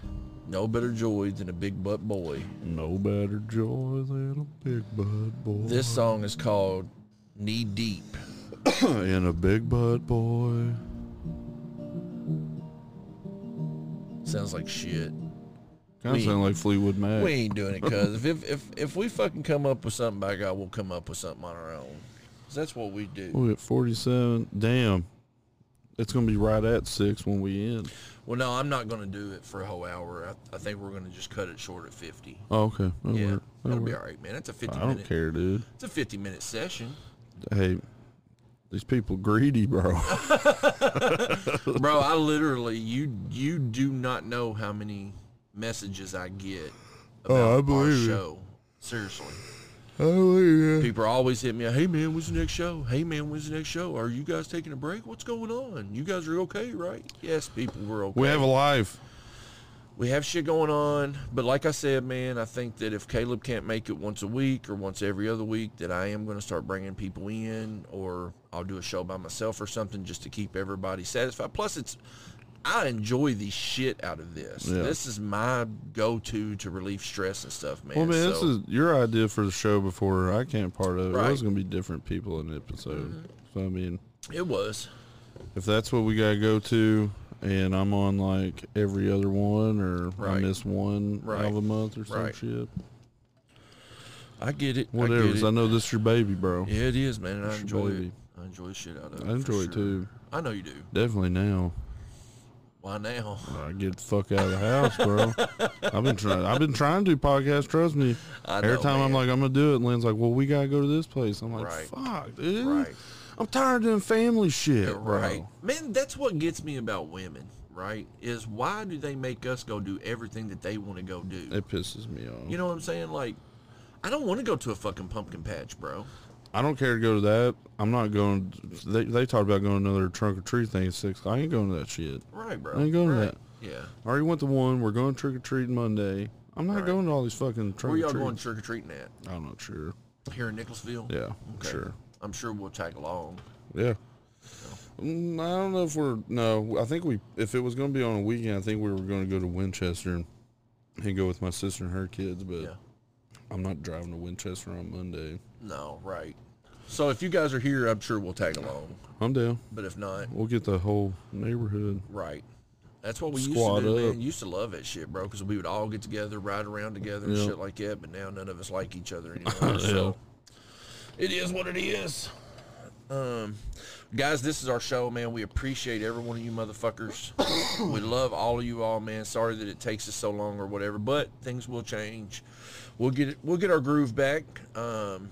[SPEAKER 3] No better joy than a big butt boy.
[SPEAKER 4] No better joy than a big butt boy.
[SPEAKER 3] This song is called Knee Deep.
[SPEAKER 4] and a big butt boy.
[SPEAKER 3] Sounds like shit.
[SPEAKER 4] Kind
[SPEAKER 3] We-
[SPEAKER 4] of sound like Fleetwood Mac.
[SPEAKER 3] We ain't doing it, cuz if, if if if we fucking come up with something, by God, we'll come up with something on our own. 'Cause that's what we do.
[SPEAKER 4] We at forty-seven. Damn, it's gonna be right at six when we end.
[SPEAKER 3] Well, no, I'm not gonna do it for a whole hour. I, I think we're gonna just cut it short at 50.
[SPEAKER 4] Oh, okay, that'll
[SPEAKER 3] yeah,
[SPEAKER 4] work. That'll
[SPEAKER 3] that'll be
[SPEAKER 4] work.
[SPEAKER 3] all right, man. That's a 50
[SPEAKER 4] I
[SPEAKER 3] minute.
[SPEAKER 4] don't care, dude.
[SPEAKER 3] It's a 50 minute session.
[SPEAKER 4] hey, these people greedy, bro.
[SPEAKER 3] Bro, I literally you you do not know how many messages I get about
[SPEAKER 4] Oh, I
[SPEAKER 3] our
[SPEAKER 4] believe you.
[SPEAKER 3] show. Seriously.
[SPEAKER 4] oh yeah.
[SPEAKER 3] People are always hitting me, hey man, when's the next show? Hey man, when's the next show? Are you guys taking a break? What's going on? You guys are okay, right? Yes, people, we're okay.
[SPEAKER 4] We have a life.
[SPEAKER 3] we have shit going on, but like I said, man, I think that if Caleb can't make it once a week or once every other week, that I am going to start bringing people in, or I'll do a show by myself or something just to keep everybody satisfied. Plus, it's I enjoy the shit out of this.
[SPEAKER 4] Yeah.
[SPEAKER 3] This is my go-to to relieve stress and stuff, man.
[SPEAKER 4] Well, man,
[SPEAKER 3] so,
[SPEAKER 4] this is your idea for the show before I came part of it.
[SPEAKER 3] Right. Mm-hmm.
[SPEAKER 4] It was gonna be different people in the episode. So I mean,
[SPEAKER 3] it was.
[SPEAKER 4] if that's what we gotta go to, and I'm on like every other one, or I
[SPEAKER 3] Right.
[SPEAKER 4] miss one
[SPEAKER 3] Right.
[SPEAKER 4] out of a month or some
[SPEAKER 3] Right.
[SPEAKER 4] shit,
[SPEAKER 3] I get it.
[SPEAKER 4] whatever.
[SPEAKER 3] I get
[SPEAKER 4] 'cause
[SPEAKER 3] it.
[SPEAKER 4] I know this is your baby, bro.
[SPEAKER 3] Yeah, it is, man. And I
[SPEAKER 4] It's your
[SPEAKER 3] enjoy it.
[SPEAKER 4] baby.
[SPEAKER 3] I enjoy the shit out of it.
[SPEAKER 4] I
[SPEAKER 3] for
[SPEAKER 4] enjoy it
[SPEAKER 3] sure.
[SPEAKER 4] too.
[SPEAKER 3] I know you do.
[SPEAKER 4] Definitely now.
[SPEAKER 3] Why now?
[SPEAKER 4] I get the fuck out of the house, bro. I've been trying. I've been trying to do podcasts. Trust me.
[SPEAKER 3] I
[SPEAKER 4] Every
[SPEAKER 3] know,
[SPEAKER 4] time I'm
[SPEAKER 3] man.
[SPEAKER 4] like, I'm gonna do it. and Lynn's like, well, we gotta go to this place. I'm like,
[SPEAKER 3] Right.
[SPEAKER 4] fuck, dude.
[SPEAKER 3] Right.
[SPEAKER 4] I'm tired of doing family shit, bro.
[SPEAKER 3] Right. Man, that's what gets me about women, right? Is why do they make us go do everything that they want to go do?
[SPEAKER 4] It pisses me off.
[SPEAKER 3] you know what I'm saying? Like, I don't want to go to a fucking pumpkin patch, bro.
[SPEAKER 4] I don't care to go to that. I'm not going. They they talked about going to another trunk or treat thing at six. I ain't going to that shit.
[SPEAKER 3] Right, bro.
[SPEAKER 4] I ain't going to
[SPEAKER 3] right.
[SPEAKER 4] that.
[SPEAKER 3] Yeah.
[SPEAKER 4] I already went to one. We're going trick or treating Monday. I'm not
[SPEAKER 3] Right.
[SPEAKER 4] going to all these fucking
[SPEAKER 3] Where
[SPEAKER 4] trunk or
[SPEAKER 3] y'all going
[SPEAKER 4] treats.
[SPEAKER 3] trick or treating at?
[SPEAKER 4] I'm not sure.
[SPEAKER 3] Here in Nicholasville?
[SPEAKER 4] Yeah, sure.
[SPEAKER 3] I'm sure we'll tag along.
[SPEAKER 4] Yeah. Mm, I don't know if we're no. I think we if it was going to be on a weekend, I think we were going to go to Winchester and, and go with my sister and her kids. But
[SPEAKER 3] Yeah.
[SPEAKER 4] I'm not driving to Winchester on Monday.
[SPEAKER 3] No, right. So if you guys are here, I'm sure we'll tag along.
[SPEAKER 4] I'm down.
[SPEAKER 3] But if not,
[SPEAKER 4] We'll get the whole neighborhood.
[SPEAKER 3] right. That's what we used
[SPEAKER 4] Squad
[SPEAKER 3] to do,
[SPEAKER 4] up.
[SPEAKER 3] man. Used to love that shit, bro, because we would all get together, ride around together and
[SPEAKER 4] Yeah.
[SPEAKER 3] shit like that. But now none of us like each other anymore.
[SPEAKER 4] Yeah.
[SPEAKER 3] So it is what it is. Um, guys, this is our show, man. We appreciate every one of you motherfuckers. we love all of you all, man. Sorry that it takes us so long or whatever, but things will change. We'll get it, we'll get our groove back. Um,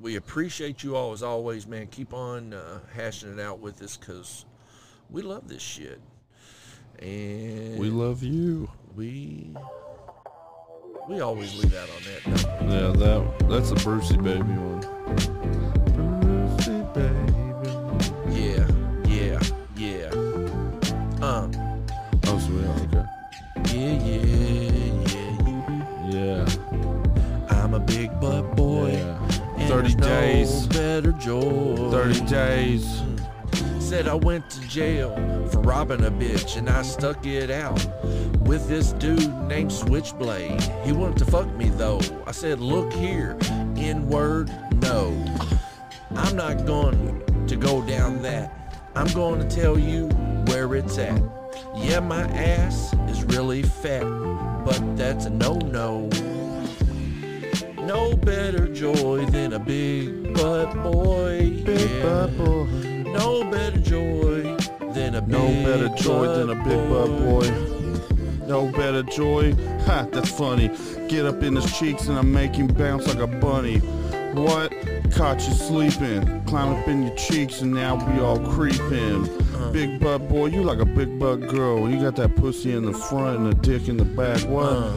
[SPEAKER 3] we appreciate you all as always, man. Keep on uh, hashing it out with us because we love this shit, and
[SPEAKER 4] We love you.
[SPEAKER 3] we we always leave out on that. don't we?
[SPEAKER 4] Yeah, that that's a Brucey baby one. Brucey baby.
[SPEAKER 3] Yeah, yeah, yeah. Um,
[SPEAKER 4] Oh, sweet. Okay.
[SPEAKER 3] yeah, yeah, yeah.
[SPEAKER 4] Yeah.
[SPEAKER 3] I'm a big butt boy.
[SPEAKER 4] Yeah.
[SPEAKER 3] and
[SPEAKER 4] 30
[SPEAKER 3] there's no
[SPEAKER 4] days.
[SPEAKER 3] better joy.
[SPEAKER 4] Thirty days.
[SPEAKER 3] Said I went to jail for robbing a bitch and I stuck it out with this dude named Switchblade. He wanted to fuck me though. I said, look here, N word, no. I'm not going to go down that. I'm going to tell you where it's at. Yeah, my ass is really fat, but that's a no no. No better joy than a big butt boy. yeah. No better joy than a
[SPEAKER 4] No
[SPEAKER 3] big
[SPEAKER 4] better joy than a big butt boy. No better joy. Ha, that's funny. Get up in his cheeks and I make him bounce like a bunny. What? Caught you sleeping. Climb up in your cheeks and now we all creeping. Big butt boy, you like a big butt girl. You got that pussy in the front and a dick in the back. What?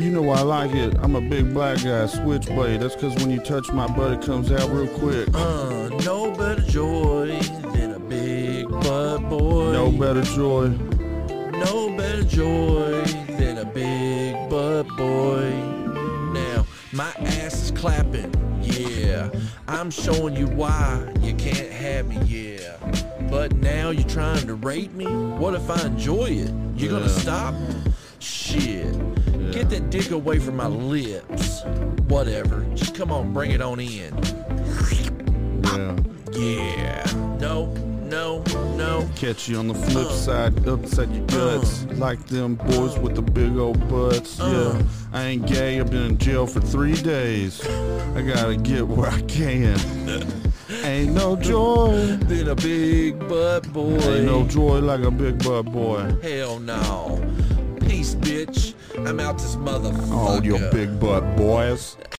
[SPEAKER 4] You know I like it. I'm a big black guy, switchblade. That's cause when you touch my butt it comes out real quick.
[SPEAKER 3] Uh, no better joy than a big butt boy.
[SPEAKER 4] No better joy.
[SPEAKER 3] No better joy than a big butt boy. Now, my ass is clapping, yeah. I'm showing you why you can't have me, yeah. But now you're trying to rape me? What if I enjoy it? You're gonna
[SPEAKER 4] Yeah.
[SPEAKER 3] stop? Shit. Get that dick away from my lips. Whatever. Just come on, bring it on in.
[SPEAKER 4] Yeah.
[SPEAKER 3] Yeah. No, no, no.
[SPEAKER 4] Catch you on the flip side, upside your guts. Like them boys with the big old butts.
[SPEAKER 3] Uh.
[SPEAKER 4] yeah, I ain't gay. I've been in jail for three days. I gotta get where I can. ain't no joy.
[SPEAKER 3] Then a big butt boy.
[SPEAKER 4] Ain't no joy like a big butt boy.
[SPEAKER 3] Hell no. Peace, bitch. I'm out this motherfucker.
[SPEAKER 4] Oh, All your big butt boys.